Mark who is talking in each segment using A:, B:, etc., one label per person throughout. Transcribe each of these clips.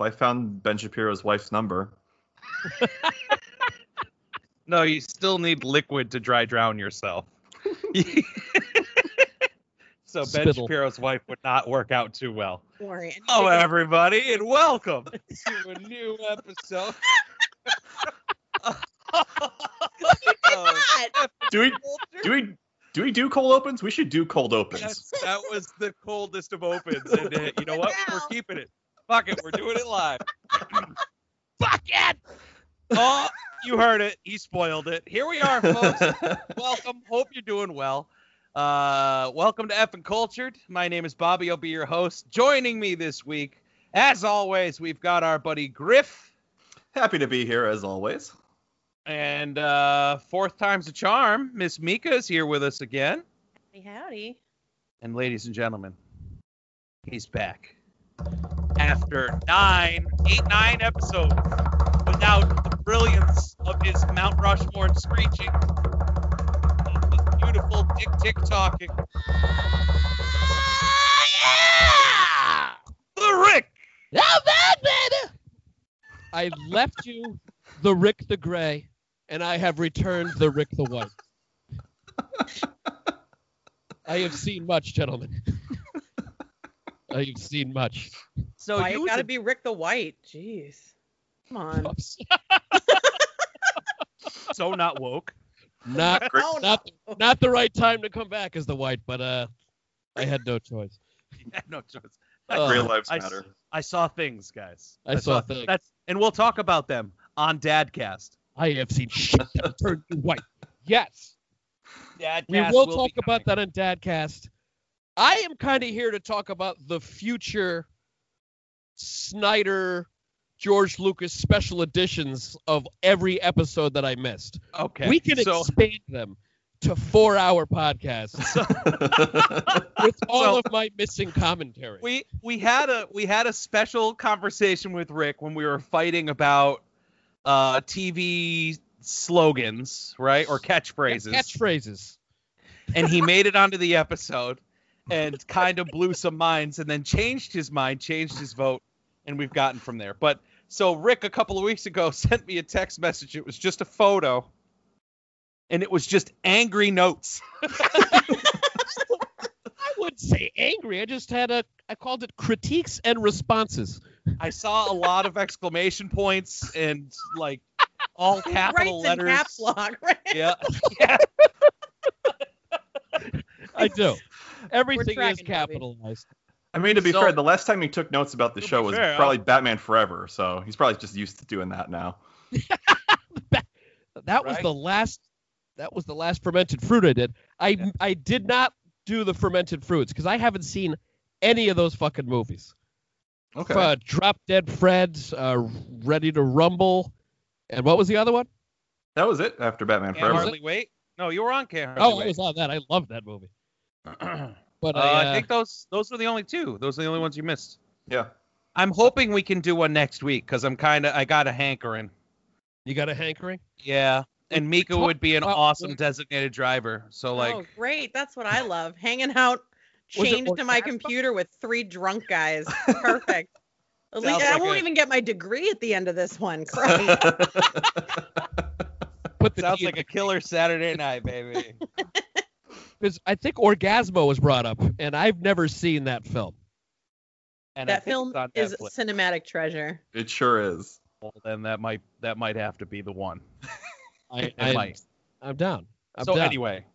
A: I found Ben Shapiro's wife's number.
B: No, you still need liquid to dry drown yourself. so Ben
C: Spittle.
B: Shapiro's wife would not work out too well.
D: Don't worry.
B: Hello, everybody, and welcome to a new episode. of
A: Do we
B: Culture.
A: do we do we do cold opens? We should do cold opens.
B: Yes, that was the coldest of opens, and uh, you know what? We're
D: Wow.
B: keeping it. Fuck it, we're doing it live.
C: Fuck it!
B: Oh, you heard it. He spoiled it. Here we are, folks. welcome. Hope you're doing well. Uh, welcome to F and Cultured. My name is Bobby. I'll be your host. Joining me this week, as always, we've got our buddy Griff,
A: Happy to be here as always.
B: and uh, fourth time's a charm. Miss Mika is here with us again,
D: Howdy, howdy.
B: and ladies and gentlemen, he's back after nine, eight, nine episodes without the brilliance of his Mount Rushmore screeching, of his beautiful tick tick talking.
C: Yeah!
B: the Rick.
C: Not bad, baby! I left you the Rick the Gray, and I have returned the Rick the White. I have seen much, gentlemen. I have seen much.
B: So
D: Why
B: you
D: it gotta
B: should-
D: be Rick the White? Jeez. Come on.
B: so not woke.
C: Not,
A: Great.
D: Oh,
C: not, not the right time to come back as the White, but uh, I had no choice.
B: Yeah, no choice.
C: Oh.
A: Real lives
B: I
A: matter.
B: I saw things, guys.
C: I saw things.
B: That's and we'll talk about them on Dadcast.
C: I have seen shit that turned you white. Yes.
B: Dadcast.
C: We will talk about that on Dadcast. I am kind of here to talk about the future Snyder George Lucas special editions of every episode that I missed.
B: Okay.
C: We can
B: so,
C: expand them to four hour podcasts with all
B: So-
C: of my missing commentary.
B: we we had a we had a special conversation with Rick when we were fighting about uh TV slogans, right? Or catchphrases.
C: Catchphrases.
B: and he made it onto the episode and kind of blew some minds and then changed his mind, changed his vote, and we've gotten from there. But so Rick a couple of weeks ago sent me a text message. It was just a photo and it was just angry notes.
C: I wouldn't say angry. I just had a, I called it critiques and responses.
B: I saw a lot of exclamation points and like all capital
D: Writes in
B: letters.
D: caps lock, right?
B: Yeah.
C: I do. Everything
D: tracking,
C: is
D: Bobby.
C: capitalized.
A: I mean, to be
B: So-
A: fair, the last time he took notes about the
B: To be
A: show was
B: fair,
A: probably Batman Forever, so he's probably just used to doing that now.
C: That was
B: Right?
C: the last. That was the last fermented fruit I did. I
B: Yeah.
C: I did not do the fermented fruits because I haven't seen any of those fucking movies.
A: Okay.
C: Uh, Drop Dead Fred's, uh, Ready to Rumble, and what was the other one?
A: that was it after Batman
B: Can't
A: Forever.
B: hardly wait. No, you were on camera.
C: Oh, I was on that. I loved that movie. But I,
B: I
C: uh,
B: think those those were the only two. Those are the only ones you missed.
A: Yeah.
B: I'm hoping we can do one next week because I'm kind of I got a hankering.
C: you got a hankering.
B: Yeah, and Mika would be an
C: Well,
B: awesome designated driver. So like,
D: oh, great. That's what I love. Hanging out,
C: Was it
D: chained to my
C: Orgasmo?
D: computer with three drunk guys. Perfect. At least
B: Sounds
D: I
B: like
D: won't
B: a-
D: even get my degree at the end of this one. Christ.
C: Put the
B: sounds like a killer Saturday night, baby.
C: because I think Orgasmo was brought up, and I've never seen that film.
B: And I
D: that
B: think
D: film
B: it's on
D: is
B: Netflix.
D: cinematic treasure.
A: It sure is.
B: Well, then that might that might have to be the one.
C: I,
B: It
C: I
B: might.
C: I'm down. I'm
B: so
C: down.
B: anyway,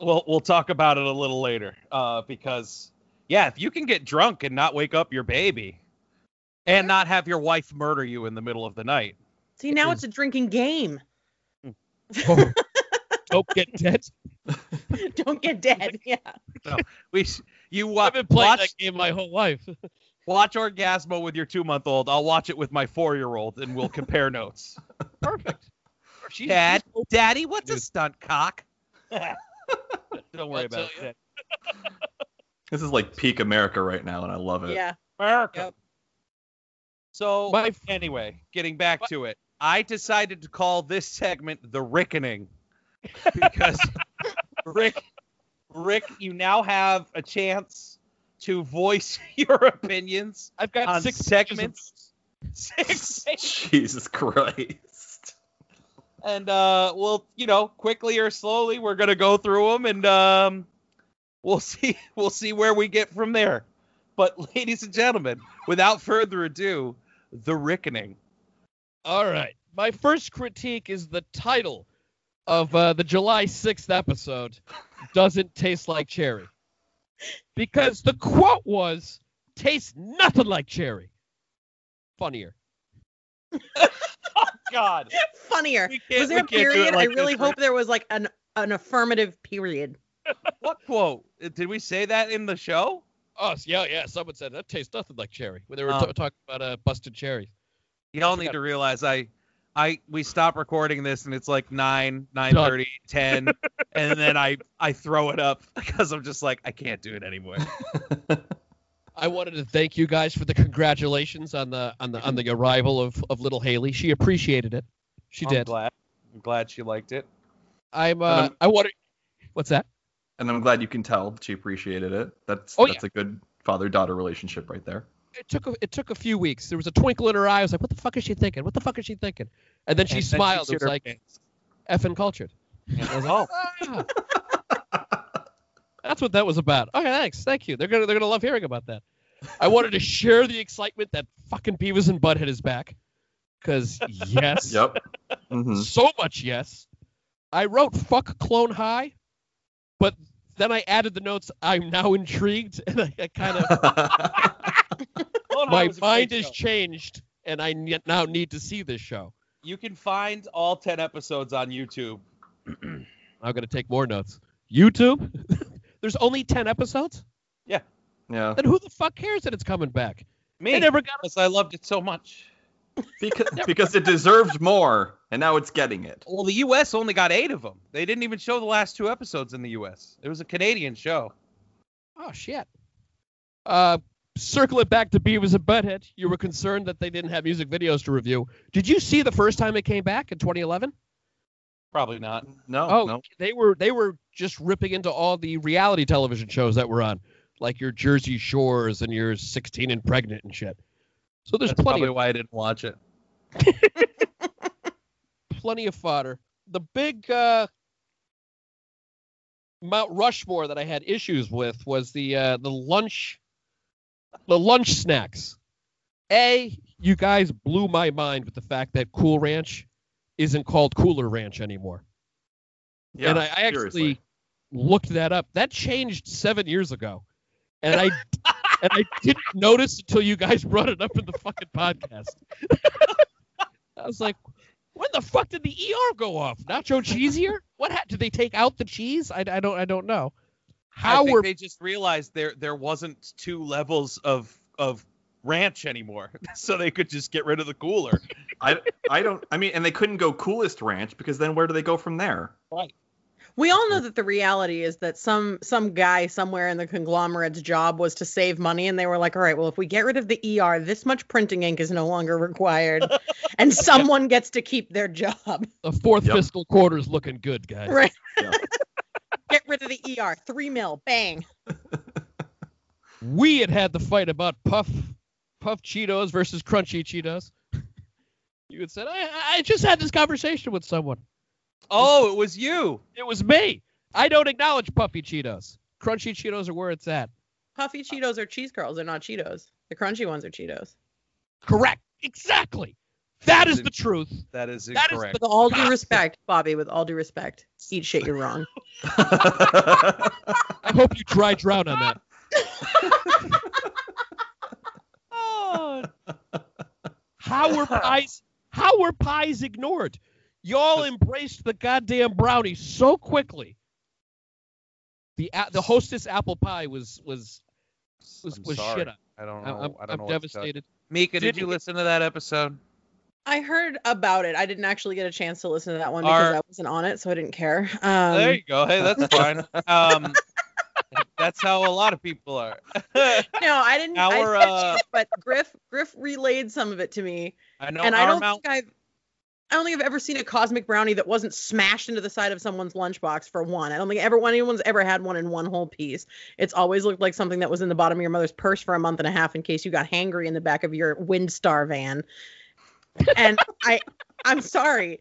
B: we'll we'll talk about it a little later uh, because yeah, if you can get drunk and not wake up your baby, and not have your wife murder you in the middle of the night.
D: See, now
C: is-
D: it's a drinking game.
C: Oh, don't get dead.
D: Don't get dead. Yeah.
B: We sh- you wa-
C: I've been playing
B: watch
C: that game my whole life.
B: Watch Orgasmo with your two month old. I'll watch it with my four year old and we'll compare notes.
C: Perfect. She's,
B: Dad,
C: she's open.
B: Daddy, what's
C: Dude.
B: a stunt cock? Don't worry
C: I'll
B: about
C: tell
B: it.
A: This is like peak America right now, and I love it.
D: Yeah.
B: America.
D: Yep.
B: So,
C: My f-
B: anyway, getting back to it, I decided to call this segment The Rickening because Rick, Rick, you now have a chance to voice your opinions
C: I've
B: on
C: got six pages of
B: segments
C: notes.
B: six
A: Jesus Christ.
B: and uh, we'll you know quickly or slowly we're gonna go through them and um, we'll see we'll see where we get from there but ladies and gentlemen without further ado the reckoning
C: All right. My first critique is the title of uh, the July 6th episode doesn't taste like cherry. Because the quote was tastes nothing like cherry. Funnier.
B: god
D: Funnier.
B: we can't,
D: Was
B: we
D: there a
B: can't do it
D: period?
B: like
D: I really
B: this.
D: hope there was like an an affirmative period.
B: what quote Uh, did we say that in the show
C: Oh, yeah, yeah. Someone said that tastes nothing like cherry when they were
B: Oh.
C: t- talking about uh, busted cherries.
B: y'all
C: Yeah.
B: need to realize i i we stop recording this and it's like 9 nine thirty, ten, 10 and then i i throw it up because i'm just like i can't do it anymore
C: I wanted to thank you guys for the congratulations on the on the on the arrival of, of little Haley. She appreciated it. She
B: i'm
C: did.
B: glad i'm glad she liked it
A: And
C: I'm uh,
A: I'm-
C: I wanted What's that?
A: And I'm glad you can tell she appreciated it. That's
C: Oh,
A: that's a good father daughter relationship right there.
C: it took a, it took a few weeks. There was a twinkle in her eye. I was like, "What the fuck is she thinking? What the fuck is she thinking?" And then she
B: And then
C: smiled.
B: shit
C: it
B: her
C: was like,
B: pants.
C: "Effing cultured."
B: And I was like, "Oh,
C: Ah. That's what that was about. Okay, thanks. Thank you. They're gonna they're gonna love hearing about that. I wanted to share the excitement that fucking Beavis and Butthead is back. Cause yes,
A: Yep. hmm
C: so much yes. I wrote "fuck clone high," but then I added the notes. I'm now intrigued, and I, I kind of
B: Clone High
C: my
B: was a
C: mind
B: great
C: is
B: show.
C: changed, and I ne- now need to see this show.
B: You can find all 10 episodes on YouTube.
C: I'm gonna take more notes. YouTube? There's only ten episodes?
A: Yeah.
C: Then who the fuck cares that it's coming back?
B: Me,
C: They never got
B: because I loved it so much.
A: Because because it deserved more, and now it's getting it.
B: Well, the U.S. only got eight of them. They didn't even show the last two episodes in the U.S. It was a Canadian show.
C: Oh shit. Uh circle it back to Beavis and Butthead. You were concerned that they didn't have music videos to review. Did you see the first time it came back in twenty eleven?
B: Probably not.
A: No,
C: Oh,
A: no.
C: they were they were just ripping into all the reality television shows that were on, like your Jersey Shores and your 16 and Pregnant and shit. So there's
B: That's
C: plenty
B: probably
C: of,
B: why I didn't watch it.
C: plenty of fodder. The big uh, Mount Rushmore that I had issues with was the uh, the lunch the lunch snacks. A, you guys blew my mind with the fact that Cool Ranch isn't called Cooler Ranch anymore.
A: Yeah,
C: and I, I actually
A: seriously.
C: looked that up. That changed seven years ago, and I and I didn't notice until you guys brought it up in the fucking podcast. I was like, when the fuck did the ER go off? Nacho cheesier? What ha- did they take out the cheese? I, I don't I don't know. How
B: I think
C: were
B: they just realized there there wasn't two levels of of ranch anymore, so they could just get rid of the cooler.
A: I I don't I mean and they couldn't go coolest ranch because then where do they go from there?
D: We all know that the reality is that some some guy somewhere in the conglomerate's job was to save money, and they were like, "All right, well, if we get rid of the ER, this much printing ink is no longer required, and someone gets to keep their job."
C: the fourth
A: Yep.
C: fiscal quarter is looking good, guys?
D: Right?
A: Yeah.
D: get rid of the ER, three mil, bang.
C: We had had the fight about puff puff Cheetos versus crunchy Cheetos. You had said I I- I just had this conversation with someone.
B: oh, it was you.
C: It was me. I don't acknowledge puffy Cheetos. Crunchy Cheetos are where it's at.
D: Puffy Cheetos are cheese curls; they're not Cheetos. The crunchy ones are Cheetos.
C: Correct. Exactly. That is the truth.
B: That is
C: That is
B: incorrect.
D: With all due
C: God.
D: respect, Bobby, with all due respect, eat shit, you're wrong.
C: I hope you dry drown on that.
B: oh,
C: How were pies? How were pies ignored? Y'all embraced the goddamn brownie so quickly. The a- the hostess apple pie was was was,
B: I'm
C: was
B: sorry.
C: shit. On.
B: I don't
C: I,
B: know.
C: am
B: I don't know what to
C: I'm
B: tell you.
C: devastated.
B: Mika, did,
C: Did
B: you
C: you-
B: listen to that episode?
D: I heard about it. I didn't actually get a chance to listen to that one
B: Are-
D: because I wasn't on it, so I didn't care. Um,
B: there you go. Hey, that's fine. Um, that's how a lot of people are.
D: No, I didn't. I
B: Our,
D: said
B: uh,
D: shit, but Griff Griff relayed some of it to me,
B: I know.
D: and
B: our
D: I don't
B: Mount,
D: think I've. I don't think I've ever seen a cosmic brownie that wasn't smashed into the side of someone's lunchbox for one. I don't think ever anyone's ever had one in one whole piece. It's always looked like something that was in the bottom of your mother's purse for a month and a half in case you got hangry in the back of your Windstar van. And I I'm sorry.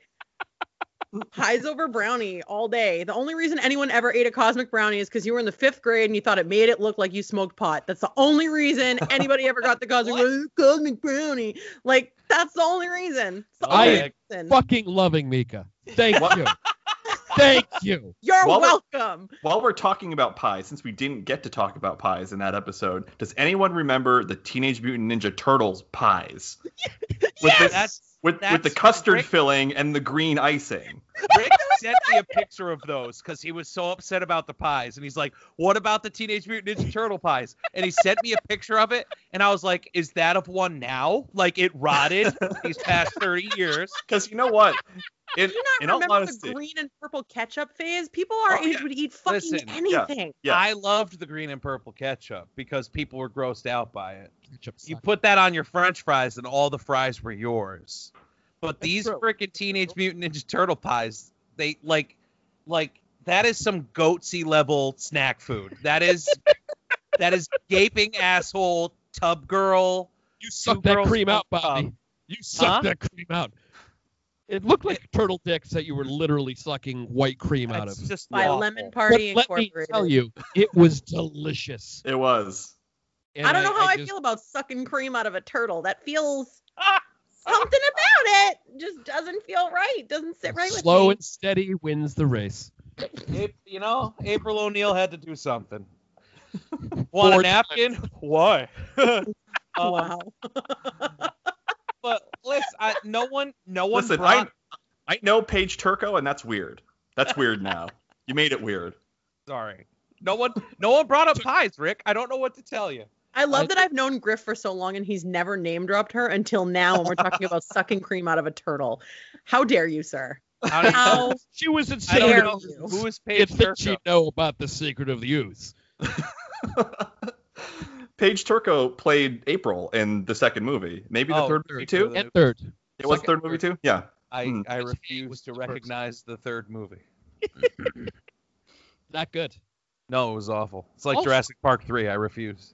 D: Pies over brownie all day. The only reason anyone ever ate a cosmic brownie is because you were in the fifth grade and you thought it made it look like you smoked pot. That's the only reason anybody ever got the cosmic, brownie, cosmic brownie. Like, that's the only reason. It's the
C: I
D: only
C: am
D: reason.
C: Fucking loving Mika. Thank
A: What?
C: you. Thank you.
D: You're
A: Well, we're-
D: welcome.
A: While we're talking about pies, since we didn't get to talk about pies in that episode, does anyone remember the Teenage Mutant Ninja Turtles pies? With the-
B: That's
A: with, with the
B: That's
A: custard
B: great.
A: filling and the green icing.
B: Rick sent me a picture of those because he was so upset about the pies, and he's like, "What about the Teenage Mutant Ninja Turtle pies?" And he sent me a picture of it, and I was like, "Is that of one now? Like it rotted these past thirty years?"
A: Because you know what? In,
D: Do you not
A: in all
D: remember
A: honesty,
D: the green and purple ketchup phase? People our
A: Oh,
D: age
A: yeah.
D: would eat fucking
B: Listen, yeah.
D: anything.
A: Yeah.
B: I loved the green and purple ketchup because people were grossed out by it.
C: Ketchup
B: You
C: sucks.
B: put that on your French fries, and all the fries were yours. But
C: That's
B: these
C: true.
B: freaking Teenage Mutant Ninja Turtle pies, they like, like that is some goatsy level snack food. That is, that is gaping asshole tub girl.
C: You
B: two
C: sucked that
B: girls,
C: cream
B: one
C: out, Bobby.
B: cup.
C: You sucked that cream out. It looked like turtle dicks that you were literally sucking white cream out of.
B: It's just
D: By
B: awful.
D: Lemon
C: But
D: Party
C: let me
D: Incorporated.
C: tell you, it was delicious.
A: it was.
C: And
D: I don't know how I,
C: just-
D: feel about sucking cream out of a turtle. That feels something about it. Just doesn't feel right. Doesn't sit right with
C: Slow
D: me.
C: and steady wins the race.
B: Ap- you know, April O'Neil had to do something. Want a
C: Four
B: napkin? Why? Um,
D: wow.
B: but listen, I, no one, no one.
A: Listen,
B: brought-
A: I, I know Paige Turco, and that's weird. That's weird now. you made it weird.
B: Sorry. No one no one brought up pies, Rick. I don't know what to tell you.
D: I love
C: I-
D: that I've known Griff for so long and he's never name dropped her until now when we're talking about sucking cream out of a turtle. How dare you, sir?
B: I don't,
D: How
C: She was
B: I
C: insane.
B: don't
D: dare
B: know
D: you?
B: who is Paige
C: It
B: Turco.
C: thinks she know about the secret of the ooze.
A: Paige Turco played April in the second movie. Maybe the
B: Oh,
A: third
B: third
A: movie too.
B: movie.
C: And third,
A: It was
C: second,
A: third movie too. Yeah. Hmm.
B: I, I
C: Yes, he
B: refuse
C: was
B: to
C: the first.
B: recognize the third movie.
C: not good.
B: No, it was awful. It's like
C: Also-
B: Jurassic Park 3. I refuse.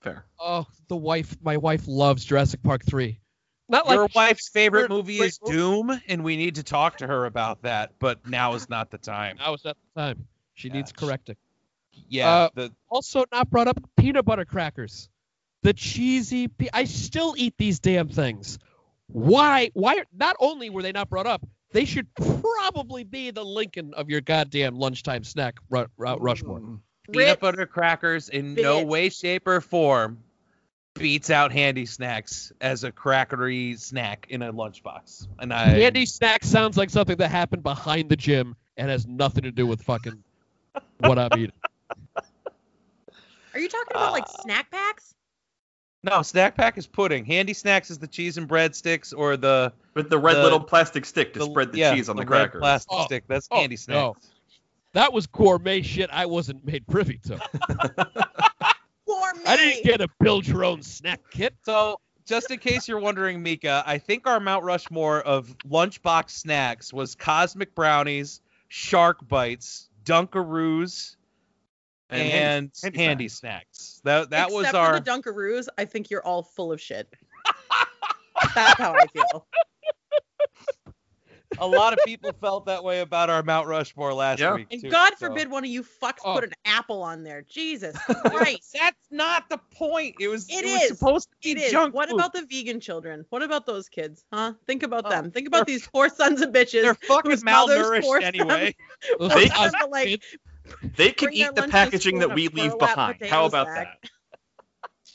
A: Fair.
C: Oh, the wife. My wife loves Jurassic Park three. Not like
B: Your wife's favorite
C: third
B: movie
C: great
B: is Doom, and we need to talk to her about that, but now is not the time.
C: I was at the time. She
B: Yeah.
C: needs correcting.
B: Yeah.
C: Uh,
B: the,
C: Also, not brought up peanut butter crackers. The cheesy. Pe- I still eat these damn things. Why? Why? Not only were they not brought up, they should probably be the Lincoln of your goddamn lunchtime snack, Ru- Ru- Rushmore.
A: Mm.
B: peanut
D: Rick-
B: butter crackers in no
D: Bitch.
B: way, shape, or form beats out handy snacks as a crackery snack in a lunchbox. And I
C: Candy snack sounds like something that happened behind the gym and has nothing to do with fucking what I'm eating.
D: Are you talking about like
B: Uh,
D: snack packs?
B: No, snack pack is pudding. Handy snacks is the cheese and breadsticks or the,
A: With the red
B: The-
A: little plastic stick to
B: the-
A: spread the
B: yeah,
A: cheese on the,
B: red
A: crackers.
B: plastic
C: Oh,
B: stick. That's
C: oh,
B: handy snacks.
C: no. That was gourmet shit I wasn't made privy to.
D: For me.
C: I didn't get a build your own snack kit.
B: So, just in case you're wondering, Mika, I think our Mount Rushmore of lunchbox snacks was cosmic brownies, shark bites, Dunkaroos, and, handy,
A: handy
B: snacks. That that was
D: Except
B: our
D: for the Dunkaroos. I think you're all full of shit. That's how I feel.
B: a lot of people felt that way about our Mount Rushmore last
A: Yeah.
B: week.
D: And
B: too,
D: God
B: so-
D: forbid one of you fucks
C: Oh.
D: put an apple on there. Jesus Christ.
B: That's not the point. It was it,
D: It
B: was
D: is.
B: supposed to be
D: It is.
B: junk
D: What
B: food.
D: about the vegan children? What about those kids? Huh? Think about
B: Oh,
D: them. Think about
B: they're-
D: these poor sons of bitches.
B: They're fucking
D: whose mothers
B: malnourished
D: forced
B: anyway.
C: Those
A: They
C: are
A: can-
C: awesome
D: like-
C: kids.
A: They can
D: Bring their
A: eat the
D: lunches
A: packaging
D: full
A: that
D: of
A: we leave
D: burlap
A: behind. How
D: potatoes
A: about
D: back.
A: that?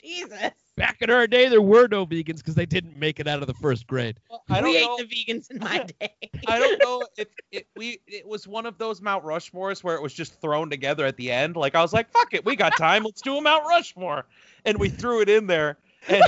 D: Jesus.
C: Back in our day, there were no vegans because they didn't make it out of the first grade.
B: I don't
D: we
B: know.
D: ate the vegans in my day.
B: I don't know if it we it was one of those Mount Rushmores where it was just thrown together at the end. Like I was like, fuck it, we got time, let's do a Mount Rushmore, and we threw it in there, and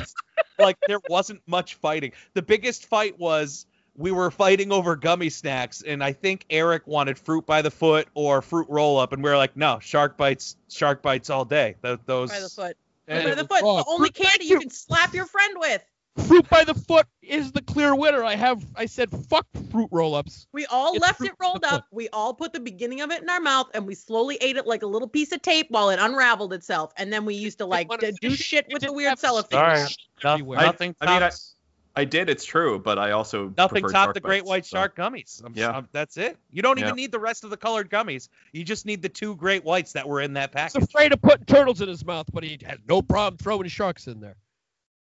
B: like there wasn't much fighting. The biggest fight was we were fighting over gummy snacks, and I think Eric wanted fruit by the foot or fruit roll up, and we were like, no, shark bites, shark bites all day. Th- those
D: By the foot.
C: And
D: By
C: it
D: the
C: was
D: foot.
C: raw
D: The only
C: fruit.
D: candy you can slap your friend with.
C: Fruit by the foot is the clear winner. I have I said fuck fruit roll-ups.
D: We all
C: It's
D: left
C: fruit
D: it rolled
C: pie.
D: up. We all put the beginning of it in our mouth and we slowly ate it like a little piece of tape while it unraveled itself. And then we used to like
C: want
D: d-
C: to
D: do
C: fish.
D: shit
C: You
D: with the
C: didn't
D: weird
C: have
D: cellophane.
C: shit
D: Sorry.
C: Alright.
B: No-
C: everywhere.
B: nothing
A: I mean, I-
B: tops,
A: I did. It's true, but I also
B: nothing
A: prefer
B: topped
A: shark
B: the great
A: bites,
B: white
A: so-
B: shark gummies. I'm,
A: Yeah.
B: I'm- that's it. You don't
A: Yeah.
B: even need the rest of the colored gummies. You just need the two great whites that were in that
C: He's
B: package.
C: afraid of putting turtles in his mouth, but he had no problem throwing sharks in there.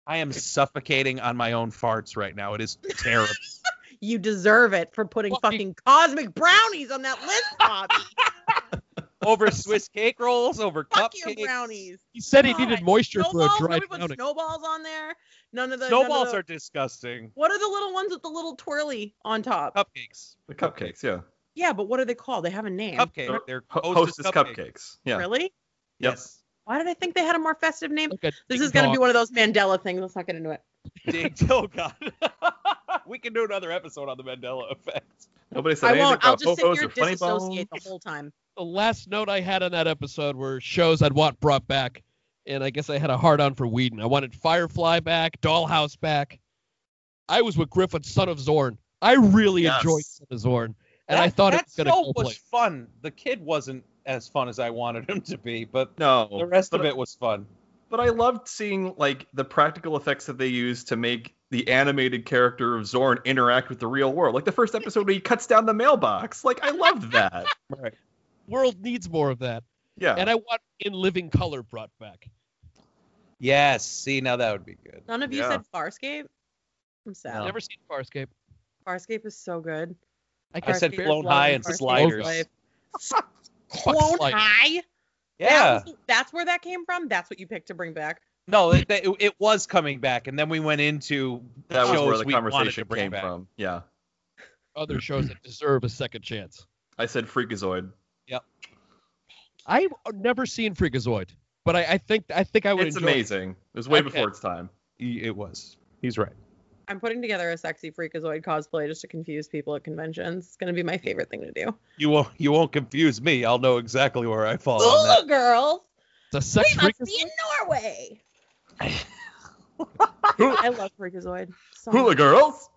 B: I am suffocating on my own farts right now. It is terrible.
D: You deserve it for putting
C: Fucking-
D: fucking cosmic brownies on that list, Bobby.
B: over Swiss cake rolls, over
D: Fuck
B: cupcakes.
D: your brownies.
C: He said he
D: God,
C: needed moisture for a
D: Snowballs?
C: dry
D: Nobody put
C: drowning.
D: snowballs on there. None of the none of
B: Snowballs
D: the-
B: are disgusting.
D: What are the little ones with the little twirly on top?
B: Oh. Cupcakes.
A: The cupcakes, yeah.
D: Yeah, but what are they called? They have a name.
B: Cupcake.
A: Ho-
B: They're
A: Ho-
B: hostess, cupcakes.
A: cupcakes. Yeah.
D: Really?
A: Yep.
B: Yes.
D: Why did I think they had a more festive name?
C: Like a
D: This
C: big
D: is going to
C: dog.
D: be one of those Mandela things. Let's not get into it.
B: Dig oh god. we can do another episode on the Mandela effect.
A: Nobody said
D: I
A: anything
D: won't. I'll
A: about
D: just sit
A: hobos
D: here
A: or
D: and
A: funny bones.
D: disassociate the whole time.
C: the last note I had on that episode were shows I'd want brought back, and I guess I had a hard on for Whedon. I wanted Firefly back, Dollhouse back. I was with Griffin, Son of Zorn. I really
A: Yes.
C: enjoyed Son of Zorn, and
B: that,
C: I thought it
B: that
C: was gonna
B: show
C: go
B: was
C: place.
B: fun. The kid wasn't as fun as I wanted him to be, but
A: No.
B: the rest
A: but,
B: of it was fun.
A: But I loved seeing like the practical effects that they use to make the animated character of Zorn interact with the real world. Like the first episode where he cuts down the mailbox. Like I loved that.
B: Right.
C: World needs more of that,
A: Yeah.
C: and I want In Living Color brought back.
B: Yes. See, now that would be good.
D: None of you
A: Yeah.
D: said Farscape. I'm sad.
B: No.
C: Never seen Farscape.
D: Farscape is so good.
C: I
B: I
C: can't
B: said
D: Farscape is
B: blown
D: lovely.
B: high and
D: Farscape is
B: sliders.
D: life.
C: Fuck
D: Blown
C: Slider.
D: high.
B: Yeah.
D: That was- that's where that came from. That's what you picked to bring back.
B: No, it, it, it was coming back, and then we went into
A: that was
B: shows
A: where the
B: we wanted to
A: conversation
B: bring
A: came
B: back.
A: from. Yeah.
C: other shows that deserve a second chance.
A: I said Freakazoid.
C: I've never seen Freakazoid, but I, I think I think I would
A: It's
C: enjoy. it.
A: amazing. It was way
C: Okay.
A: before its time.
B: Y- It was. He's right.
D: I'm putting together a sexy freakazoid cosplay just to confuse people at conventions. It's gonna be my favorite thing to do.
B: You won't. You won't confuse me. I'll know exactly where I fall on that.
D: Oh, girls,
C: The
D: we
C: sex
D: must
C: Freakazoid-
D: be in Norway.
A: Hula,
D: I love freakazoid. So
A: hula
D: much.
A: girls.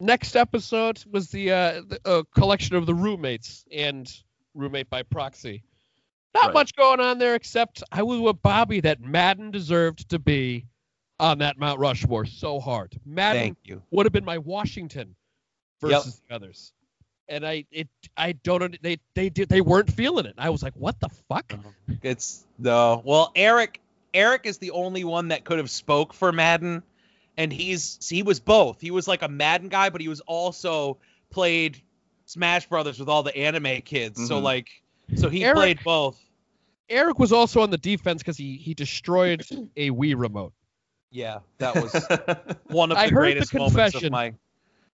C: next episode was the, uh, the uh, collection of the roommates and roommate by proxy. Not
A: Right.
C: much going on there except I was with Bobby that Madden deserved to be on that Mount Rushmore so hard. Madden
B: Thank you.
C: would have been my Washington
B: Yep.
C: versus the others. And I it I don't under- they they did they weren't feeling it. I was like, what the fuck?
B: Uh-huh. It's no. Well, Eric. Eric is the only one that could have spoke for Madden, and he's he was both. He was like a Madden guy, but he was also played Smash Brothers with all the anime kids. So
A: Mhm.
B: like, so he
C: Eric-
B: played both.
C: Eric was also on the defense because he he destroyed a Wii remote.
B: Yeah, that was one of the
C: I heard the
B: greatest moments of
C: confession.
B: my.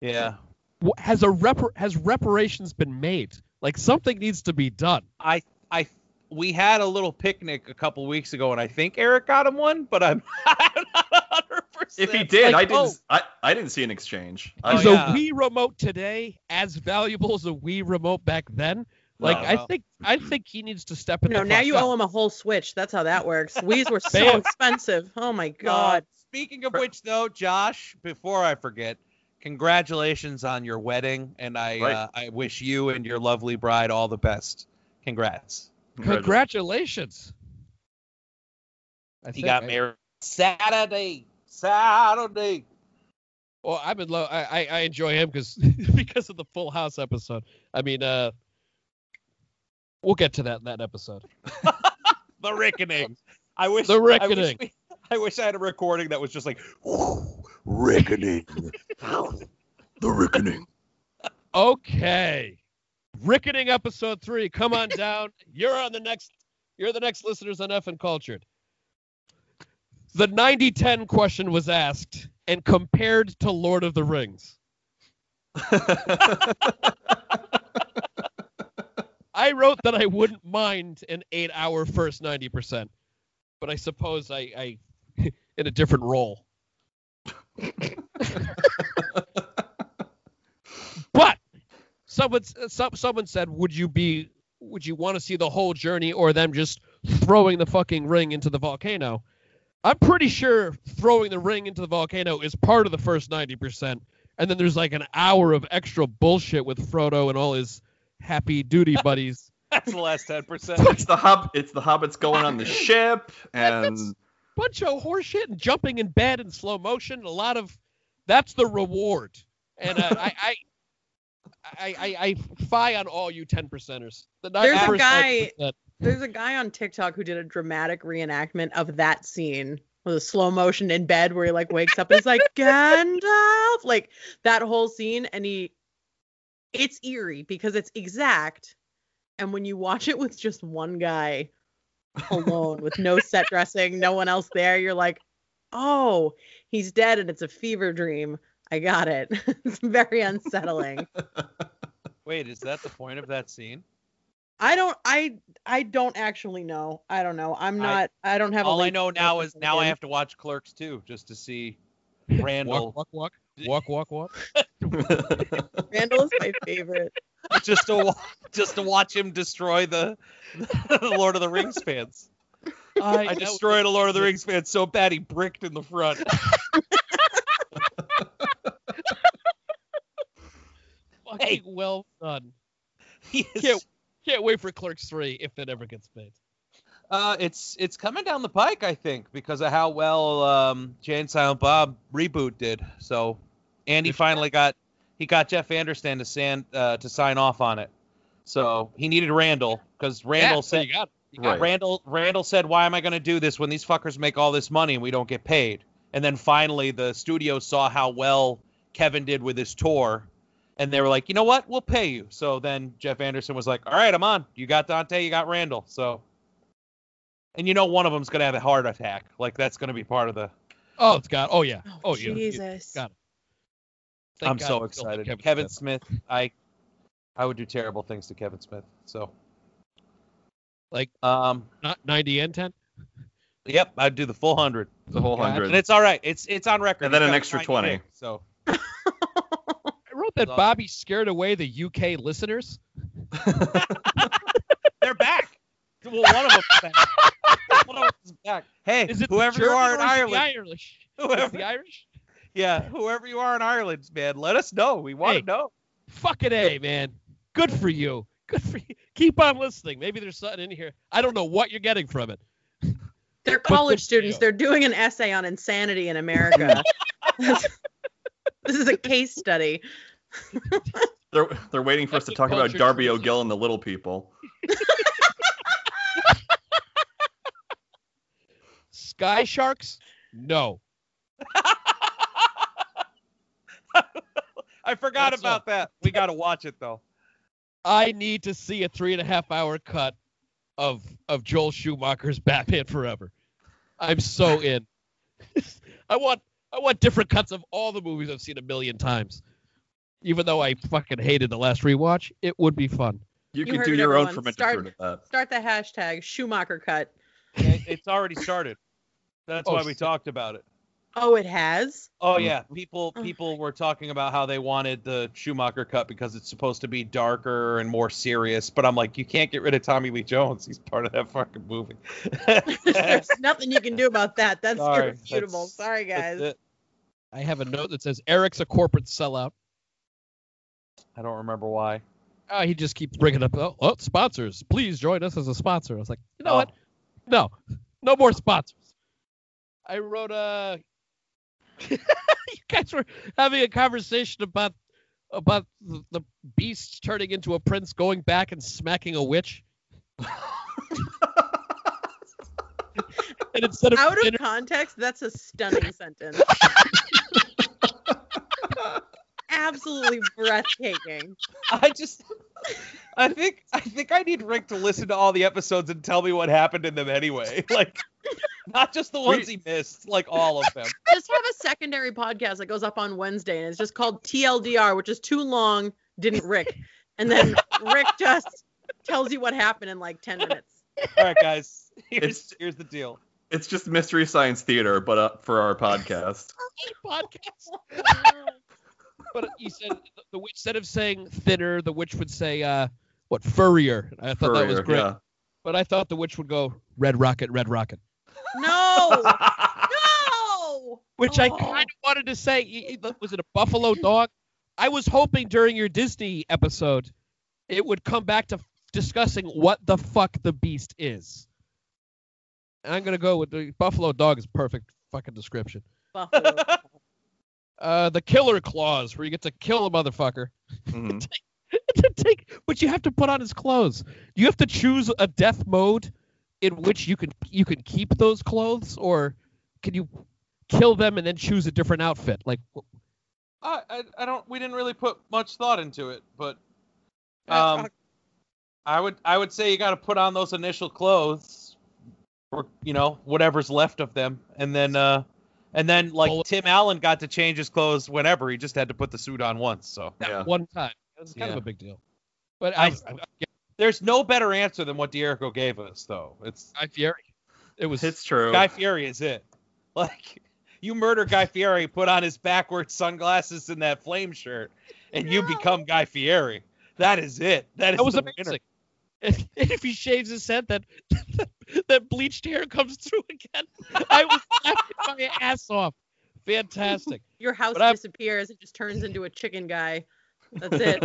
B: Yeah,
C: Wh- Has a repar- has reparations been made? Like something needs to be done.
B: I I we had a little picnic a couple weeks ago, and I think Eric got him one, but I'm, I'm not 100. percent
A: if he did,
C: like,
A: I didn't.
C: oh.
A: I, I didn't see an exchange.
B: Oh,
C: Is
A: I,
B: yeah.
C: a Wii remote today as valuable as a Wii remote back then? Like
B: No,
C: I
B: no.
C: think I think he needs to step in.
D: No,
C: the
D: now
C: fuck
D: you
C: up.
D: owe him a whole Switch. That's how that works. Wii's were so
C: Bam.
D: expensive. Oh my god.
B: Uh, speaking of which, though, Josh, before I forget, congratulations on your wedding, and I
A: Right.
B: uh, I wish you and your lovely bride all the best. Congrats!
C: Congratulations. I
B: He
C: think
B: got
C: I-
B: married Saturday. Saturday.
C: Well, I'm in love. I, I, I enjoy him because because of the Full House episode. I mean, uh, we'll get to that in that episode.
B: The reckoning. I wish
C: The
B: I wish
C: reckoning.
B: we- I wish, I had a recording that was just like
E: Reckoning. the Reckoning.
C: Okay, ricketing episode three. Come on down. You're on the next. You're the next listeners on F and Cultured. The 90-10 question was asked and compared to Lord of the Rings. I wrote that I wouldn't mind an eight-hour first 90%, but I suppose I, I in a different role. but someone, uh, some, someone said, "Would you be? Would you want to see the whole journey, or them just throwing the fucking ring into the volcano?" I'm pretty sure throwing the ring into the volcano is part of the first 90%. And then there's like an hour of extra bullshit with Frodo and all his happy duty buddies.
B: That's the last ten percent.
A: It's the hob. It's the hobbits going on the ship, and
C: That's- Bunch of horseshit and jumping in bed in slow motion. A lot of that's the reward. And uh, I, I, I, I, I fy on all you 10 percenters. The
D: There's a
C: first
D: guy-
C: 90%.
D: There's a guy on TikTok who did a dramatic reenactment of that scene with a slow motion in bed where he like wakes up and is like Gandalf, like that whole scene, and he, it's eerie because it's exact, and when you watch it with just one guy alone with no set dressing, no one else there, you're like, oh, he's dead and it's a fever dream. I got it. it's very unsettling.
B: Wait, is that the point of that scene?
D: I don't I I don't actually know. I don't know. I'm
B: I-
D: not I, don't have a
B: All I
D: link
B: know
D: to
B: now
D: this
B: is now I
D: again.
B: have to watch Clerks too, just to see Randall.
C: Walk, walk, walk, walk, walk, walk.
D: Randall is my favorite.
B: just to wa- just to watch him destroy the, the Lord of the Rings fans.
C: I,
B: I
C: that was-
B: destroyed a Lord of the Rings fan so bad he bricked in the front.
C: fucking well done.
B: He is-
C: Can't- Can't wait for Clerks 3 if it ever gets made.
B: uh, it's it's coming down the pike, I think, because of how well um, Jane Silent Bob reboot did. So Andy finally got he got Jeff Anderson to sand uh, to sign off on it. So he needed Randall because Randall
C: yeah, so
B: said
C: you got it. You got
A: Right.
B: Uh, Randall Randall said, "Why am I going to do this when these fuckers make all this money and we don't get paid?" And then finally, the studio saw how well Kevin did with his tour, and they were like, "You know what? We'll pay you." So then Jeff Anderson was like, "All right, I'm on. You got Dante, you got Randall." So, and you know, one of them's going to have a heart attack. Like that's going to be part of the.
C: Oh, it's got. Oh yeah. Oh yeah.
D: Jesus.
C: got Thank
B: I'm
C: God
B: so
C: we still have
B: excited, Kevin,
C: Smith.
B: Smith. I, I would do terrible things to Kevin Smith. So,
C: Like-
B: um,
C: Not 90 and 10.
B: yep, I'd do the full hundred.
A: the whole
C: Yeah,
B: And
A: hundred.
B: it's all right. It's it's on record.
A: And then
B: He's
A: an
B: got
A: extra
B: nine
A: 20.
B: picks, so
C: I wrote that
B: Love-
C: Bobby scared away the UK listeners.
B: they're back. Well, one of them's back. one of them's back. Hey,
C: Is it the
B: whoever you
C: German
B: are
C: or
B: in
C: is it
B: Ireland,
C: The Irish. Is it
B: whoever,
C: the Irish.
B: yeah, whoever you are in Ireland, man, let us know. We want
C: Hey.
B: to know.
C: Fucking a man. Good for you. Good for you. Keep on listening. Maybe there's something in here. I don't know what you're getting from it.
D: They're
C: But
D: college
C: this-
D: students. They're doing an essay on insanity in America. this is a case study.
A: They're they're waiting for us to
C: That's
A: talk
C: a
A: about
C: culture
A: Darby
C: tradition.
A: O'Gill and the Little People.
C: Sky sharks? No.
B: I forgot
C: That's
B: about that. We got to watch it though.
C: I need to see a three and a half hour cut of of Joel Schumacher's Batman Forever. I'm so in. I want I want different cuts of all the movies I've seen a million times. Even though I fucking hated the last rewatch, it would be fun.
A: You,
D: You
A: can
D: heard
A: do
D: it,
A: your own
D: everyone.
A: fermented
D: Start-
A: fruit of that.
D: Start the hashtag Schumacher cut.
B: It- it's already started. That's
C: Oh,
B: why we
C: shit.
B: talked about it.
D: Oh, it has.
B: Oh
A: Mm.
B: yeah, people
D: Oh
B: people were talking about how they wanted the Schumacher cut because it's supposed to be darker and more serious. But I'm like, you can't get rid of Tommy Lee Jones. He's part of that fucking movie.
D: There's nothing you can do about that. That's
B: Sorry,
D: irrefutable.
B: that's-
D: Sorry,
B: That's
D: guys.
B: it.
C: I have a note that says Eric's a corporate sellout.
B: I don't remember why.
C: Oh, he just keeps bringing up oh, oh, sponsors. Please join us as a sponsor. I was like, you know
B: Oh.
C: what? No, no more sponsors. I wrote a. you guys were having a conversation about about the, the beast turning into a prince, going back and smacking a witch. and instead of
D: Out of
C: dinner,
D: context, that's a stunning sentence. Absolutely breathtaking.
B: I just I think I think I need Rick to listen to all the episodes and tell me what happened in them anyway. Like not just the ones he missed, like all of them.
D: just have a secondary podcast that goes up on Wednesday and it's just called TLDR, which is too long, didn't Rick. And then Rick just tells you what happened in like 10 minutes.
B: All right, guys. Here's
A: It's-
B: here's the deal.
A: It's just mystery science theater, but uh, for our podcast.
C: podcast. But he said the- the witch instead of saying thinner, the witch would say uh, what furrier. And I thought that was
A: Furrier,
C: great. But I thought the witch would go red rocket, red rocket.
D: No,
A: yeah.
C: which I kind of wanted to say. y- y- Was it a buffalo dog? I was hoping during your Disney episode, it would come back to discussing what the fuck the beast is. And I'm gonna go with the buffalo dog is perfect fucking description.
D: Buffalo.
C: Uh, the killer claws, where you get to kill a motherfucker.
A: Mhm.
C: to take, but you have to put on his clothes. You have to choose a death mode in which you can you can keep those clothes, or can you kill them and then choose a different outfit? Like, w-
B: I, I, I don't. We didn't really put much thought into it, but
D: Uh,
B: um, I would I would say you got to put on those initial clothes, or you know whatever's left of them, and then uh, and then like
C: Bullet-
B: Tim Allen got to change his clothes whenever he just had to put the suit on once. So
A: Yeah.
C: one time, it was kind
B: Yeah.
C: of a big deal. But I,
B: I-
C: I,
B: there's no better answer than what Dierico gave us, though. It's
C: Guy Fieri, it was
A: It's true.
B: Guy Fieri is it? Like you murder Guy Fieri, put on his backwards sunglasses and that flame shirt, and you
D: No.
B: become Guy Fieri. That is it. That is
C: that was
B: the
C: amazing. And if he shaves his head, that that bleached hair comes through again. I was laughing my ass off. Fantastic.
D: Your house
C: But I'm-
D: disappears and just turns into a chicken guy. That's it.